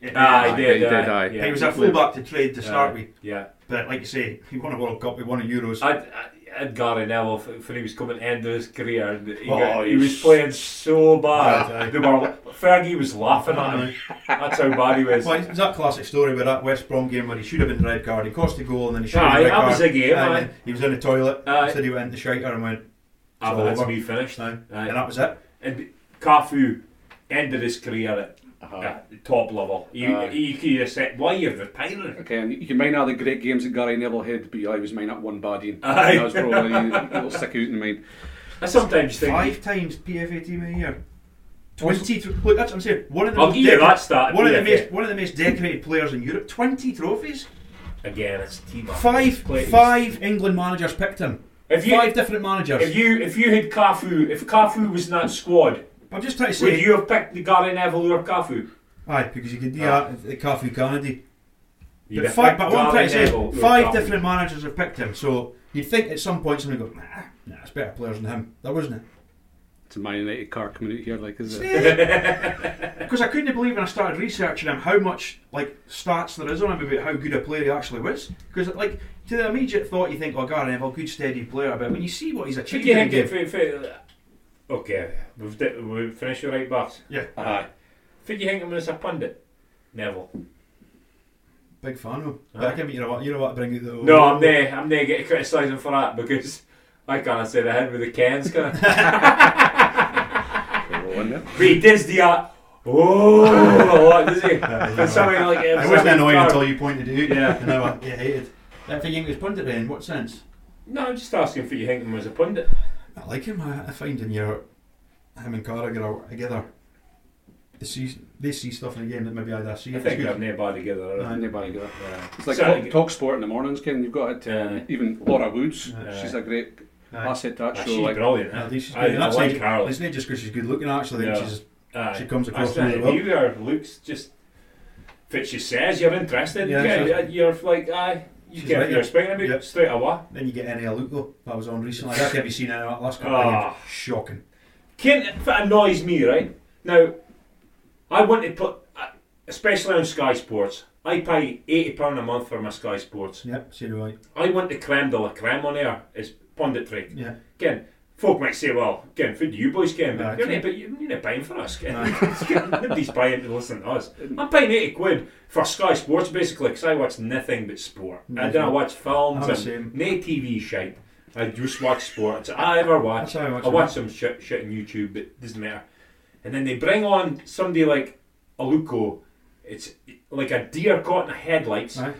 C: Yeah,
B: Ah,
A: Aye,
B: he did.
A: he did,
B: aye,
A: aye.
B: yeah.
C: He was a full back to trade to start
B: Aye,
C: with,
B: Yeah, Ah,
C: but like you say, he won a World Cup, he won a Euros.
B: I'd, I'd- I'd Gary Neville for, for he was coming to end of his career. And he,
C: Oh,
B: got- he
C: he's-
B: was playing so bad.
C: Aye, aye.
B: They were, Fergie was laughing at him. That's how bad he was.
C: Well, it's that classic story where that West Brom game where he should have been red card, he cost a goal and then he should have
B: Aye,
C: been red
B: Ah, that
C: card.
B: was a game,
C: and
B: aye.
C: then He was in the toilet,
B: Aye.
C: said he went into shiter and went,
B: Ah,
C: It's
B: but
C: all
B: that's
C: over.
B: me finished.
C: no.
B: Aye.
C: And that was it.
B: And Cafu ended his career at, at the top level. He,
A: Aye.
B: he could have said, "Why you're retiring?"
A: Okay, and you can mind all the great games that Gary Neville had, but I was mine at one baddie.
B: Aye.
A: That was probably it'll stick out in mind.
B: I sometimes think
C: Five times PFA team of the year. 20, tro- look, that's what I'm saying. One of the
B: I'll
C: most
B: give you
C: decor-
B: that stat,
C: One of, the
B: PFA.
C: most, one of the most decorated players in Europe. 20 trophies?
B: again, it's team up.
C: Five,
B: Please.
C: five England managers picked him.
B: If you
C: Five different managers.
B: if you if you had Cafu, if Cafu was in that squad,
C: I'm just trying to
B: would
C: say.
B: you have picked the Gary Neville or Cafu?
C: aye, because you could do
B: Aye.
C: that at Cafu Kennedy.
B: You'd
C: but
B: have
C: five,
B: picked
C: but what I'm
B: Gary
C: trying to say is
B: Neville or
C: five
B: Cafu.
C: different managers have picked him, so you'd think at some point somebody would go, nah, nah, it's better players than him. There wasn't it?
A: It's a Man United car coming out here, like, is it?
C: Because I couldn't believe when I started researching him how much like stats there is on him about how good a player he actually was. Because like to the immediate thought, you think, "Oh, Gary Neville, good steady player," but when you see what he's
B: Should
C: achieved
B: you
C: in a
B: think
C: game,
B: if, if, if, okay, we've di- we finished your right backs.
C: yeah,
A: Aye.
B: Should you think of him as a pundit? Neville.
C: big fan of him. But I
B: Aye.
C: can't you're about, you're about to bring out the.
B: No, I'm there. I'm there getting criticised him for that because I can't say the head with the cans, can I?
D: Go on then.
B: but he does the uh, oh a lot, does he? And something like it
C: I
B: was
C: wasn't
B: something
C: annoyed
B: dark.
C: until you pointed it out.
B: Yeah.
C: And I went, yeah, hated. If he was pundit then, what sense?
B: No, I'm just asking for you thinking was a pundit.
C: I like him. I, I find in your him and Carragher are together. They see they see stuff in the game that maybe I don't see.
B: I
C: It's
B: think
C: good.
B: they're nearby together.
C: Aye.
B: Aye.
D: Anybody go.
B: Yeah.
D: It's like
B: So,
D: talk, talk sport in the mornings, Ken. You've got it.
B: uh,
D: Even Laura Woods,
B: Aye.
D: she's a great
C: Aye.
D: asset to that
B: ah,
D: show.
B: she's
D: Like,
B: brilliant.
C: Aye,
B: huh?
C: at least she's
B: I,
C: good.
B: I,
C: That's
B: like
C: like-
B: Carol.
C: It's not just because she's good looking. Actually,
B: Yeah.
C: she's
B: Aye.
C: she comes
B: I
C: across
B: stand
C: really
B: if
C: well.
B: you are Luke's just Fitchy says you're interested.
C: Yeah,
B: Yeah,
C: sure.
B: you're like aye. You
C: She's
B: get
C: right,
B: you're
C: yeah.
B: speaking about
C: Yep.
B: straight away.
C: Then you get any look though that was on recently. That can't be seen in that last couple.
B: Ah.
C: of years. Shocking.
B: Kent if it annoys me, right? Now, I want to put, I- especially on Sky Sports, I pay £80 a month for my Sky Sports.
C: Yep. So do I.
B: I want the creme de la creme on air, is punditry.
C: Yeah.
B: Again, folk might say, well, again, for you boys, Ken,
C: Aye.
B: but you're, not, but you're not paying for us, Ken.
C: Aye.
B: Nobody's paying to listen to us. I'm paying 80 quid for Sky Sports, basically, because I watch nothing but sport. I
C: Mhm.
B: don't watch films
C: I'm the
B: and
C: same.
B: no TV shite. I just watch sports. I ever watch.
C: That's how I watch.
B: I
C: it.
B: watch some shit, shit on YouTube, but it doesn't matter. And then they bring on somebody like Aluko. It's like a deer caught in the headlights.
C: Aye.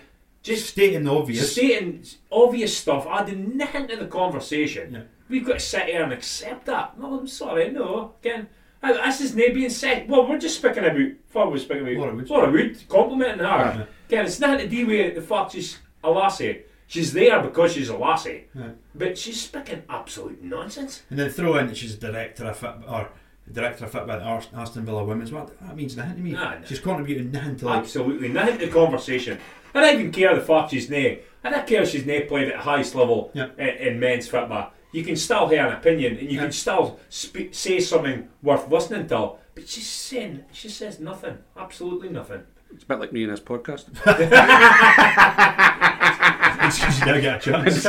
C: Just
B: Just
C: stating the obvious.
B: stating obvious stuff, adding nothing to the conversation.
C: Yeah.
B: We've got to sit here and accept that. No, I'm sorry, no. Again, I- this is not being said. Well, we're just speaking about. What we're speaking about.
C: Laura Wood.
B: Wood, complimenting her.
C: Yeah.
B: Again, it's nothing to do with the fact she's a lassie. She's there because she's a lassie.
C: Yeah.
B: But she's speaking absolute nonsense.
C: And then throw in that she's director of fit, or director of football at Ars- Aston Villa Women's. What that means nothing to me.
B: Nah, Ah, nah.
C: She's contributing nothing to like.
B: Absolutely, nothing to conversation. I don't even care the fact she's nay. I don't care if she's nay played at the highest level
C: Yeah.
B: in, in men's football. You can still hear an opinion, and you
C: Yeah.
B: can still spe- say something worth listening to. But she's saying she says nothing, absolutely nothing.
D: it's a bit like me in this podcast.
B: ah,
C: She's never get a chance.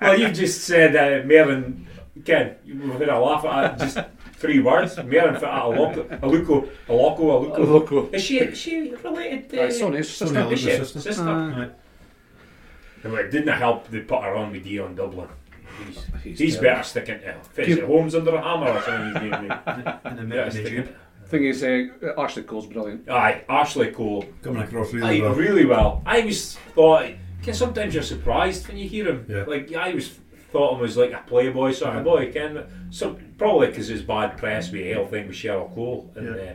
B: well, you've just said uh, Merlin. Ken, we've had a laugh at that, just three words. Merlin fit at a loco, a loco, a loco, a loco.
D: Local.
B: Is she? Is she related?
D: Uh, Sonny's
C: Sonny
D: sister.
B: Is she?
C: Elizabeth's sister.
B: Sister?
C: Right.
B: Well, it didn't help they put her on with Dion Dublin. He's,
C: Oh,
D: He's
B: he's,
D: terrible.
B: better sticking to Fizz it Holmes under a hammer or something. He's named
C: And then
B: yeah,
C: met in the
B: sticking
C: tube.
B: to-
D: Thing is, uh, Ashley Cole's brilliant.
B: Aye, Ashley Cole.
C: Coming across really
B: Aye,
C: well.
B: really well. I was thought. Ken, sometimes you're surprised when you hear him.
C: Yeah.
B: Like I was thought him was like a playboy sort
C: Yeah.
B: of boy. Ken, so probably because his bad press with the whole thing with Cheryl Cole. And,
C: Yeah.
B: uh,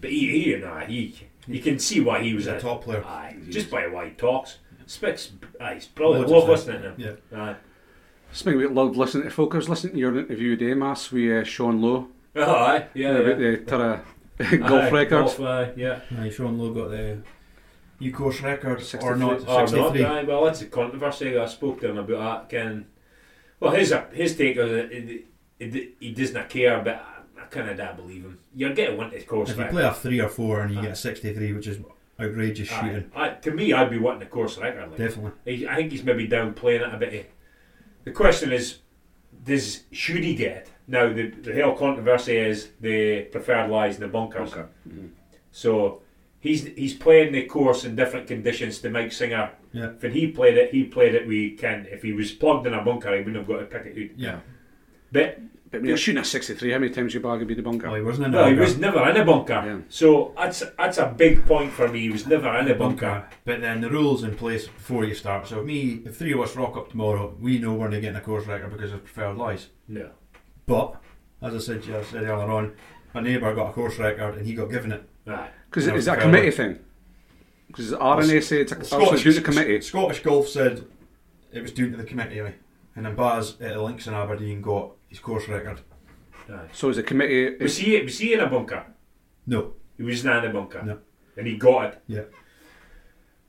B: but he, he, nah, he, you can see why he was
C: He's a top player.
B: Aye, just by why he talks. Spicks, aye, he's brilliant.
C: Loads of
B: Love listening to him.
C: Yeah.
B: Aye.
D: Speaking about love, listening to folk, I was listening to your interview today, Mass, with uh, Sean Lowe
B: Oh, aye, yeah, yeah.
D: about the Tara golf
B: Aye,
D: record.
B: golf, aye, yeah.
C: Aye, Sean Lowe got the U course record or
D: 63.
C: not?
B: Or Oh, not,
C: 63.
B: aye. Well, that's a controversy. I spoke to him about that. Ken. Well, his uh, his take was that he, he, he doesn't care, but I, I kind of don't believe him. You're getting one to course
C: if you
B: record.
C: play a 3 or 4 and you get a 63, which is outrageous
B: Aye.
C: shooting,
B: I, to me, I'd be wanting a course record. Like.
C: definitely.
B: He, I think he's maybe downplaying it a bit. The question is, does should he get? Now, the, the whole controversy is the preferred lies in the bunkers.
D: Okay. Mhm.
B: So he's he's playing the course in different conditions to Mike Singer.
C: Yeah.
B: When he played it, he played it we can. If he was plugged in a bunker, he wouldn't have got to pick it out.
C: Yeah.
B: But
D: But when you're shooting at 63, how many times you bag and beat the bunker?
C: Well, he wasn't in
B: no, he
C: bunker.
B: was never in a bunker.
D: Yeah.
B: So that's that's a big point for me. He was never in a bunker.
C: bunker. But then the rules in place before you start. So if me, if three of us rock up tomorrow, we know we're not getting a course record because of preferred lies.
B: No.
C: But as I said, to you- I said earlier on, my neighbour got a course record and he got given it.
B: Right.
D: Because
C: No,
D: is that a
C: fair
D: committee thing? Because the RNA say it's
B: Oh,
D: actually due to committee.
C: Scottish Golf said it was due to the committee, aye. and then Baz at the Links in Aberdeen got his course record.
B: Right.
D: So is the committee?
B: Was he was he in a bunker?
C: No,
B: He was not in a bunker.
C: No.
B: And he got it.
C: yeah.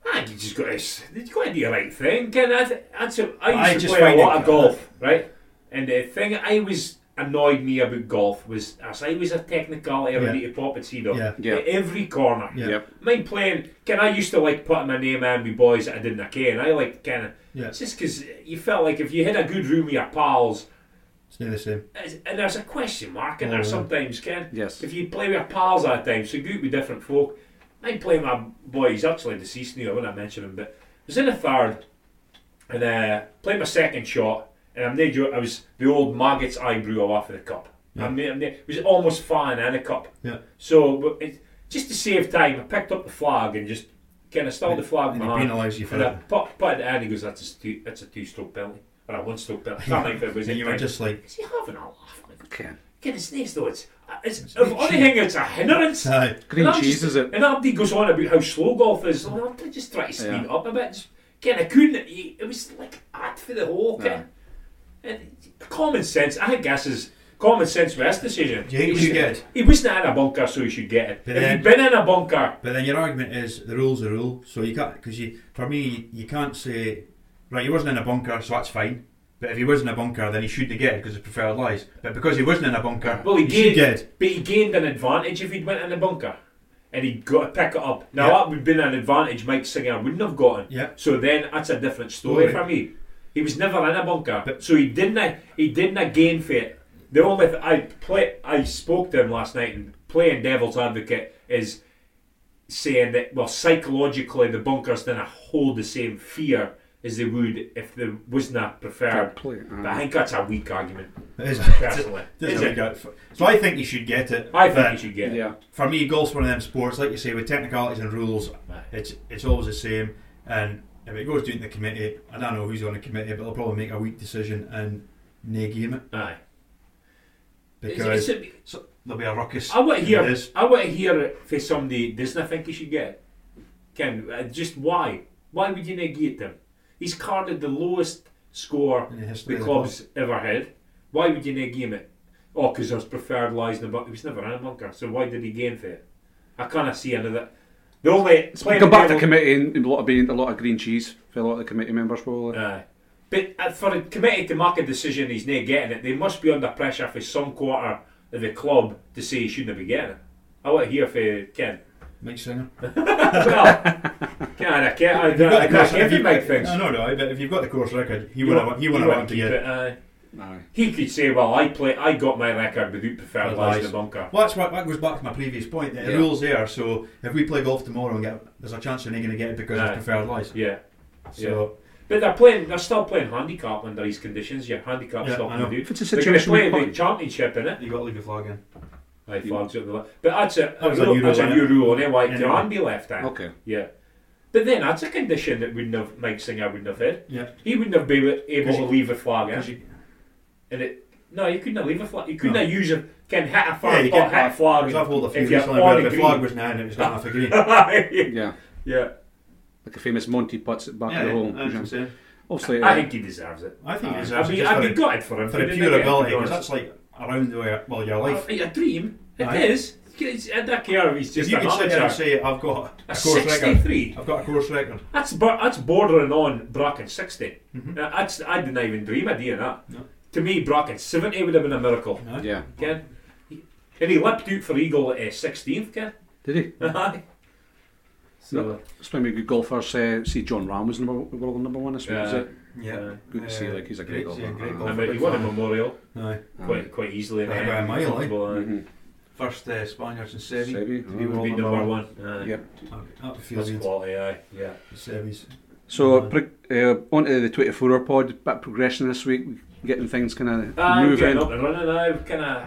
B: I think Ah, you just got to, you got to do the right thing. Ken, I, th- that's a, I used
C: I
B: to
C: just
B: play
C: find
B: a lot
C: it-
B: of golf, right? And the thing I was annoyed me about golf was as I was a technical I would
C: Yeah.
B: need to pop a seed up
C: Yeah.
D: Yeah.
B: at every corner.
C: Yeah.
D: Yep.
B: Mine playing, Ken, I used to like putting my name in with boys that I didn't care, and I liked kind of
C: Yeah.
B: it's just because you felt like if you had a good room with your pals,
C: It's not the same.
B: it's- and there's a question mark in
C: Oh,
B: there
C: yeah.
B: sometimes, Ken.
D: Yes.
B: If you play with your pals at a time, so go out with different folk. I'm playing my boy, he's actually deceased now, I won't mention him, but I was in the third and uh, played my second shot, and I'm near you, I was the old maggot's eyebrow off of the cup.
C: Yeah.
B: I'm, near- I'm near- it was almost fine in a cup.
C: Yeah.
B: So, but it, just to save time, I picked up the flag and just kind of stalled the flag in
C: And
B: my
C: he
B: hand.
C: penalised you for
B: And I
C: that.
B: put, put it in, he goes, that's a, stu- that's a two stroke penalty. Or a one stroke penalty. I can't remember if it was
C: And you
B: eight
C: were
B: times.
C: just like,
B: Is he having a laugh? Like,
D: Ken.
B: goodness sakes, though, it's, uh, it's,
C: It's
B: if anything, it's a hindrance.
C: aye.
D: Green
B: And I'm
D: cheese,
B: just-
D: is it?
B: And Abdi goes on about how slow golf is. I'm like, "I'm just trying to speed
D: Yeah.
B: it up a bit. Just, again, I couldn't. It it was like ad for the whole kit.
D: Yeah.
B: And common sense, I guess, is common sense with this decision.
C: Do you
B: He
C: think you should
B: was-
C: get it?
B: He wasn't in a bunker, so he should get it.
C: But
B: if
C: then-
B: he'd been in a bunker,
C: But then your argument is the rule's the rule, so you can't because you for me you, you can't say right he wasn't in a bunker, so that's fine. But if he was in a bunker, then he shouldn't get it because his preferred lies. But because he wasn't in a bunker,
B: well, he,
C: should
B: gained,
C: get it.
B: but he gained an advantage if he'd went in a bunker. And he got to pick it up. Now,
C: Yeah.
B: that would have been an advantage Mike Singer wouldn't have gotten.
C: Yeah.
B: So then that's a different story
C: Right.
B: for me. He was never in a bunker,
C: But-
B: so he didn't. uh, He didn't gain fit. The only th- I play, I spoke to him last night, and playing devil's advocate is saying that well, psychologically, the bunkers didn't hold the same fear as they would if there wasn't a
D: Fair
B: preferred.
D: play.
B: But I
D: aye.
B: think that's a weak argument,
C: It is-
B: personally.
C: it is
B: Is
C: how
B: it?
C: he got it. So I think he should get it.
B: I think
C: but
B: you should get it.
D: Yeah.
C: for me, golf's one of them sports, like you say, with technicalities and rules,
B: Aye.
C: it's it's always the same. And if it goes down to the committee, I don't know who's on the committee, but they'll probably make a weak decision and nay game it
B: Aye. It's-
C: because
B: it's a-
C: so, there'll be a ruckus.
B: I want to
C: if
B: hear.
C: it is.
B: I want to hear it from somebody. Doesn't I think he should get? it? Ken, uh, just why? Why would you negate them? He's carded the lowest score
C: in the history
B: the
C: of the club.
B: club's ever had. Why would you negate it? Oh, because there's preferred lies in the bunker. He was never in a bunker, so why did he gain for it? I can't see another. The only playing
D: Go back to
B: devil-
D: committee and a lot of being a lot of green cheese for a lot of the committee members probably.
B: Aye. But uh, for a committee to make a decision he's not getting it, they must be under pressure for some quarter of the club to say he shouldn't be getting it. I want to hear for Ken.
C: Mike Singer.
B: well, can I can't. I,
C: You've got
B: I,
C: the
B: I
C: course-
B: can't give
C: if
B: you
C: you've-
B: big things.
C: No, no, no. But if you've got the course record, he would have. He would
B: won't
C: have to
B: keep
C: get.
B: it, aye.
D: Aye.
B: uh, He could say, "Well, I play. I got my record without preferred
C: With
B: lies in the
C: lies.
B: bunker."
C: Well, that's what that goes back to my previous point. that The
D: Yeah.
C: rules there. So if we play golf tomorrow and get, there's a chance you're not going to get it because
B: Aye.
C: of preferred lies.
B: Yeah,
C: So
B: but they're playing. They're still playing handicap under these conditions. Yeah, handicap's
C: Yeah,
B: not
C: I
B: going
C: know.
B: to do.
D: If it's a
B: They're going to
D: situation
B: play
D: we
B: the
D: put,
B: championship in it.
C: you got to leave the flag in.
B: Aye, flags up the li- But that's a
C: That was a
B: no,
C: new
B: that's
C: rule,
B: a new
C: innit?
B: rule anyway.
C: Yeah.
B: Can Can't be left out.
D: okay.
B: Yeah, but then that's a condition that wouldn't have Mike Singer wouldn't have had.
C: Yeah.
B: He wouldn't have been able
C: 'Cause
B: to
C: you-
B: leave a flag in.
C: 'Cause you-
B: And it no, you couldn't leave a flag. You couldn't
C: No.
B: use a can hit a
C: Yeah,
B: flag
C: you
B: or
C: get
B: hit a flag.
C: Because I've held a few
B: if you're
C: recently
B: on
C: where
B: a
C: the
B: green.
C: flag was now and it was not enough a green.
D: Yeah.
B: yeah,
D: Like a famous Monty puts it back
C: Yeah,
D: of the
C: yeah,
D: hole.
C: that's what I'm saying.
D: Obviously,
B: I
D: uh,
B: think he deserves it.
C: I think
D: Aye.
B: I
C: he deserves it
B: mean,
C: just
B: I'd be
C: for, the-
B: gutted for him
C: for the
B: he didn't
C: pure
B: get it,
C: ability.
B: to be
C: Because
B: honest.
C: that's like around the way, well, your life.
B: It's a dream. It is.
C: Aye.
B: It's- I don't care if he's
C: If
B: just
C: you
B: an
C: can sit there and
B: amateur.
C: say, I've got a
B: A
C: course record.
B: 63.
C: I've got a course record.
B: That's bor- that's bordering on Bracken 60
C: Mhm.
B: Now, That's I didn't even dream of doing that.
C: No.
B: To me, Bracken seventy would have been a miracle.
C: No?
D: uh, yeah.
B: Ken, He- and he leapt out for eagle at sixteenth. Ken,
D: Did he?
B: Aye. so
D: It's when we good golfers uh, see John Ram was number, world number one this week. Is
B: Yeah.
D: it?
B: uh,
D: Good to see.
C: Uh,
D: Like he's a great,
C: great-
D: golfer.
C: yeah, great
D: Uh,
B: I
C: golfer.
B: mean, he won a memorial
C: Aye.
D: uh,
B: quite quite easily. in the
C: Aye,
B: end.
C: by a mile, aye. Mm-hmm.
B: Comfortable, aye.
D: mhm.
C: First uh, Spaniards in Sevi.
D: Sevi,
C: to be
D: aye.
B: Would
C: world
B: be number one. Aye.
D: Yep.
C: Up the
B: That's
C: field.
B: quality, aye. Yeah.
C: Sevi's.
D: So
C: Aye.
D: pro- uh, onto the 24-hour pod. Bit of progression this week. Getting things kind of
B: Ah, I'm getting
D: moving.
B: up and running now, kind of.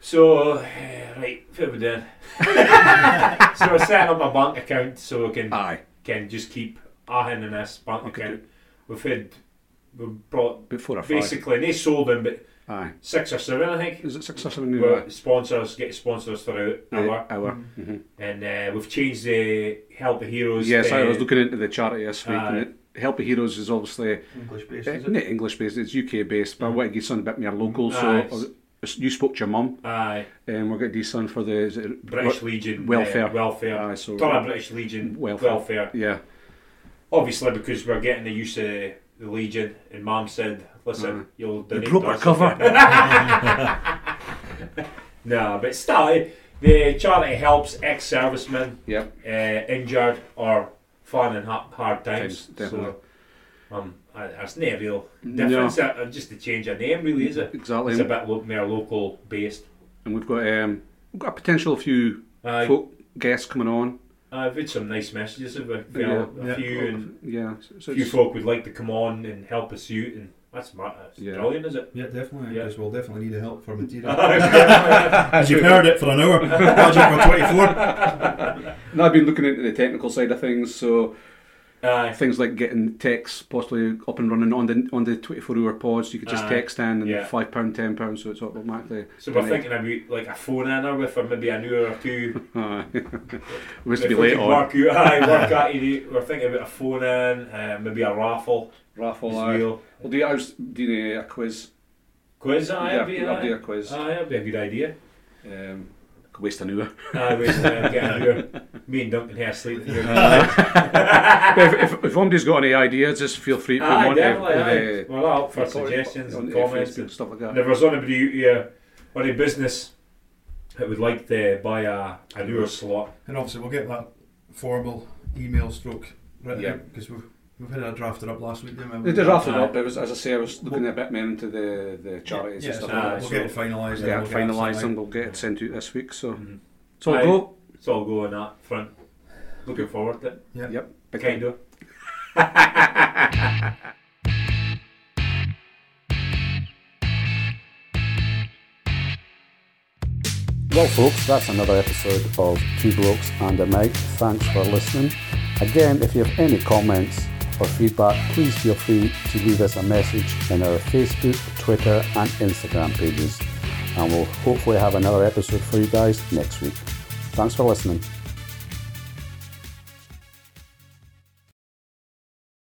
B: So, eh, right, what are we doing? so I set up my bank account so I can
D: Aye.
B: can just keep ahin in this bank
D: Okay,
B: account. We've had we've brought
D: Before I five.
B: basically they sold them, but
D: Aye.
B: six or seven I think.
D: Is it six or seven? new
B: Where sponsors get sponsors throughout our
D: hour.
C: Mm.
D: Mhm.
B: and uh, we've changed the help the heroes. uh,
D: Yes, I
B: to-
D: was looking into the charity this week,
B: Aye.
D: and it, Help the Heroes is obviously
C: English based,
D: uh,
C: is
D: not
C: it?
D: English based; it's UK based. But I want to give something a bit more local. So
B: Mm. Aye.
D: I
A: uh,
D: was- you spoke to your mum,
B: Aye,
A: um,
D: and we're going to do something for the is it
B: British Legion uh,
D: welfare.
B: welfare.
D: Aye, so
B: Sorry, British Legion
D: Welfare.
B: welfare.
D: yeah,
B: Obviously, because we're getting the use of the Legion, and Mum said, "Listen,
D: Mm.
B: you'll
D: you
B: donate
D: broke
B: to
D: our
B: us."
D: cover.
B: No, but still, eh, the charity helps ex-servicemen
D: yeah,
B: uh, injured or fallen in ha- hard
D: Times,
B: times.
D: definitely.
B: So, um, I- that's not a real
D: No.
B: difference. uh, Just to change a name, really, is it?
D: exactly.
A: um,
B: It's a bit lo- more local based.
D: and we've got um, we've got a potential few
B: Aye.
D: folk
A: guests coming on.
B: I've had some nice messages of a,
A: Yeah.
B: a
C: Yeah.
B: few and
A: Yeah, so, so
B: a few
A: it's,
B: folk would like to come on and help us out, and that's, ma- that's
A: Yeah.
B: brilliant, is it?
C: Yeah, definitely.
B: Yeah.
C: Because we'll definitely need help from Adira.
B: yeah,
C: As you've heard it for an hour, project for 24.
A: and I've been looking into the technical side of things, so
B: Aye.
A: things like getting texts possibly up and running on the on the twenty four hour pods. You could just
B: Aye.
A: text in and
B: Yeah.
A: five pound, ten pound, so it's automatically.
B: so we're
A: Aye.
B: thinking about like a phone in with, or maybe an hour or two.
A: Aye. we used to
B: If
A: be
B: we
A: late
B: could
A: on
B: Work out, aye, work out, you know, we're thinking about a phone in, uh, maybe a raffle
A: raffle.
B: as
A: aye.
B: well.
A: We'll do. I was doing a quiz.
B: Quiz, aye,
A: Yeah,
B: that'd be,
A: I'll do
B: aye.
A: a quiz.
B: Aye, that'd Ah, be a good idea.
A: Um, could waste an hour.
B: Aye, we e. uh, get an hour. Me and Duncan here sleep. here.
A: if, if, if anybody's got any ideas, just feel free to put them
B: aye,
A: on
B: definitely.
A: to-
B: Aye.
A: uh,
B: Well, i up for
A: report-
B: suggestions
A: on
B: and
A: to
B: comments.
A: Facebook and stuff like that.
B: And if there's anybody out here or a business that would like to buy a, a newer slot,
C: And obviously, we'll get that formal email stroke written
A: Yeah.
C: because we've, we've had that drafted up last week, didn't we?
A: They did rough it
B: Aye.
A: up, but it was, as I say, I was looking a bit more into the, the charities
C: Yeah,
A: and
C: so
A: stuff
B: aye,
A: like that.
C: we'll
A: So,
C: get it finalised. and
A: yeah,
C: we'll get that
A: finalised
C: sent
A: and
C: out.
A: we'll get it sent out this week. So,
B: Mhm.
A: so
B: Aye.
A: go.
B: it's all go on that front. Looking forward to it.
A: Yep.
B: Kind of.
E: Well, folks, that's another episode of Two Blokes and a Mic. Thanks for listening. Again, if you have any comments or feedback, please feel free to leave us a message in our Facebook, Twitter, and Instagram pages. And we'll hopefully have another episode for you guys next week. Thanks for listening.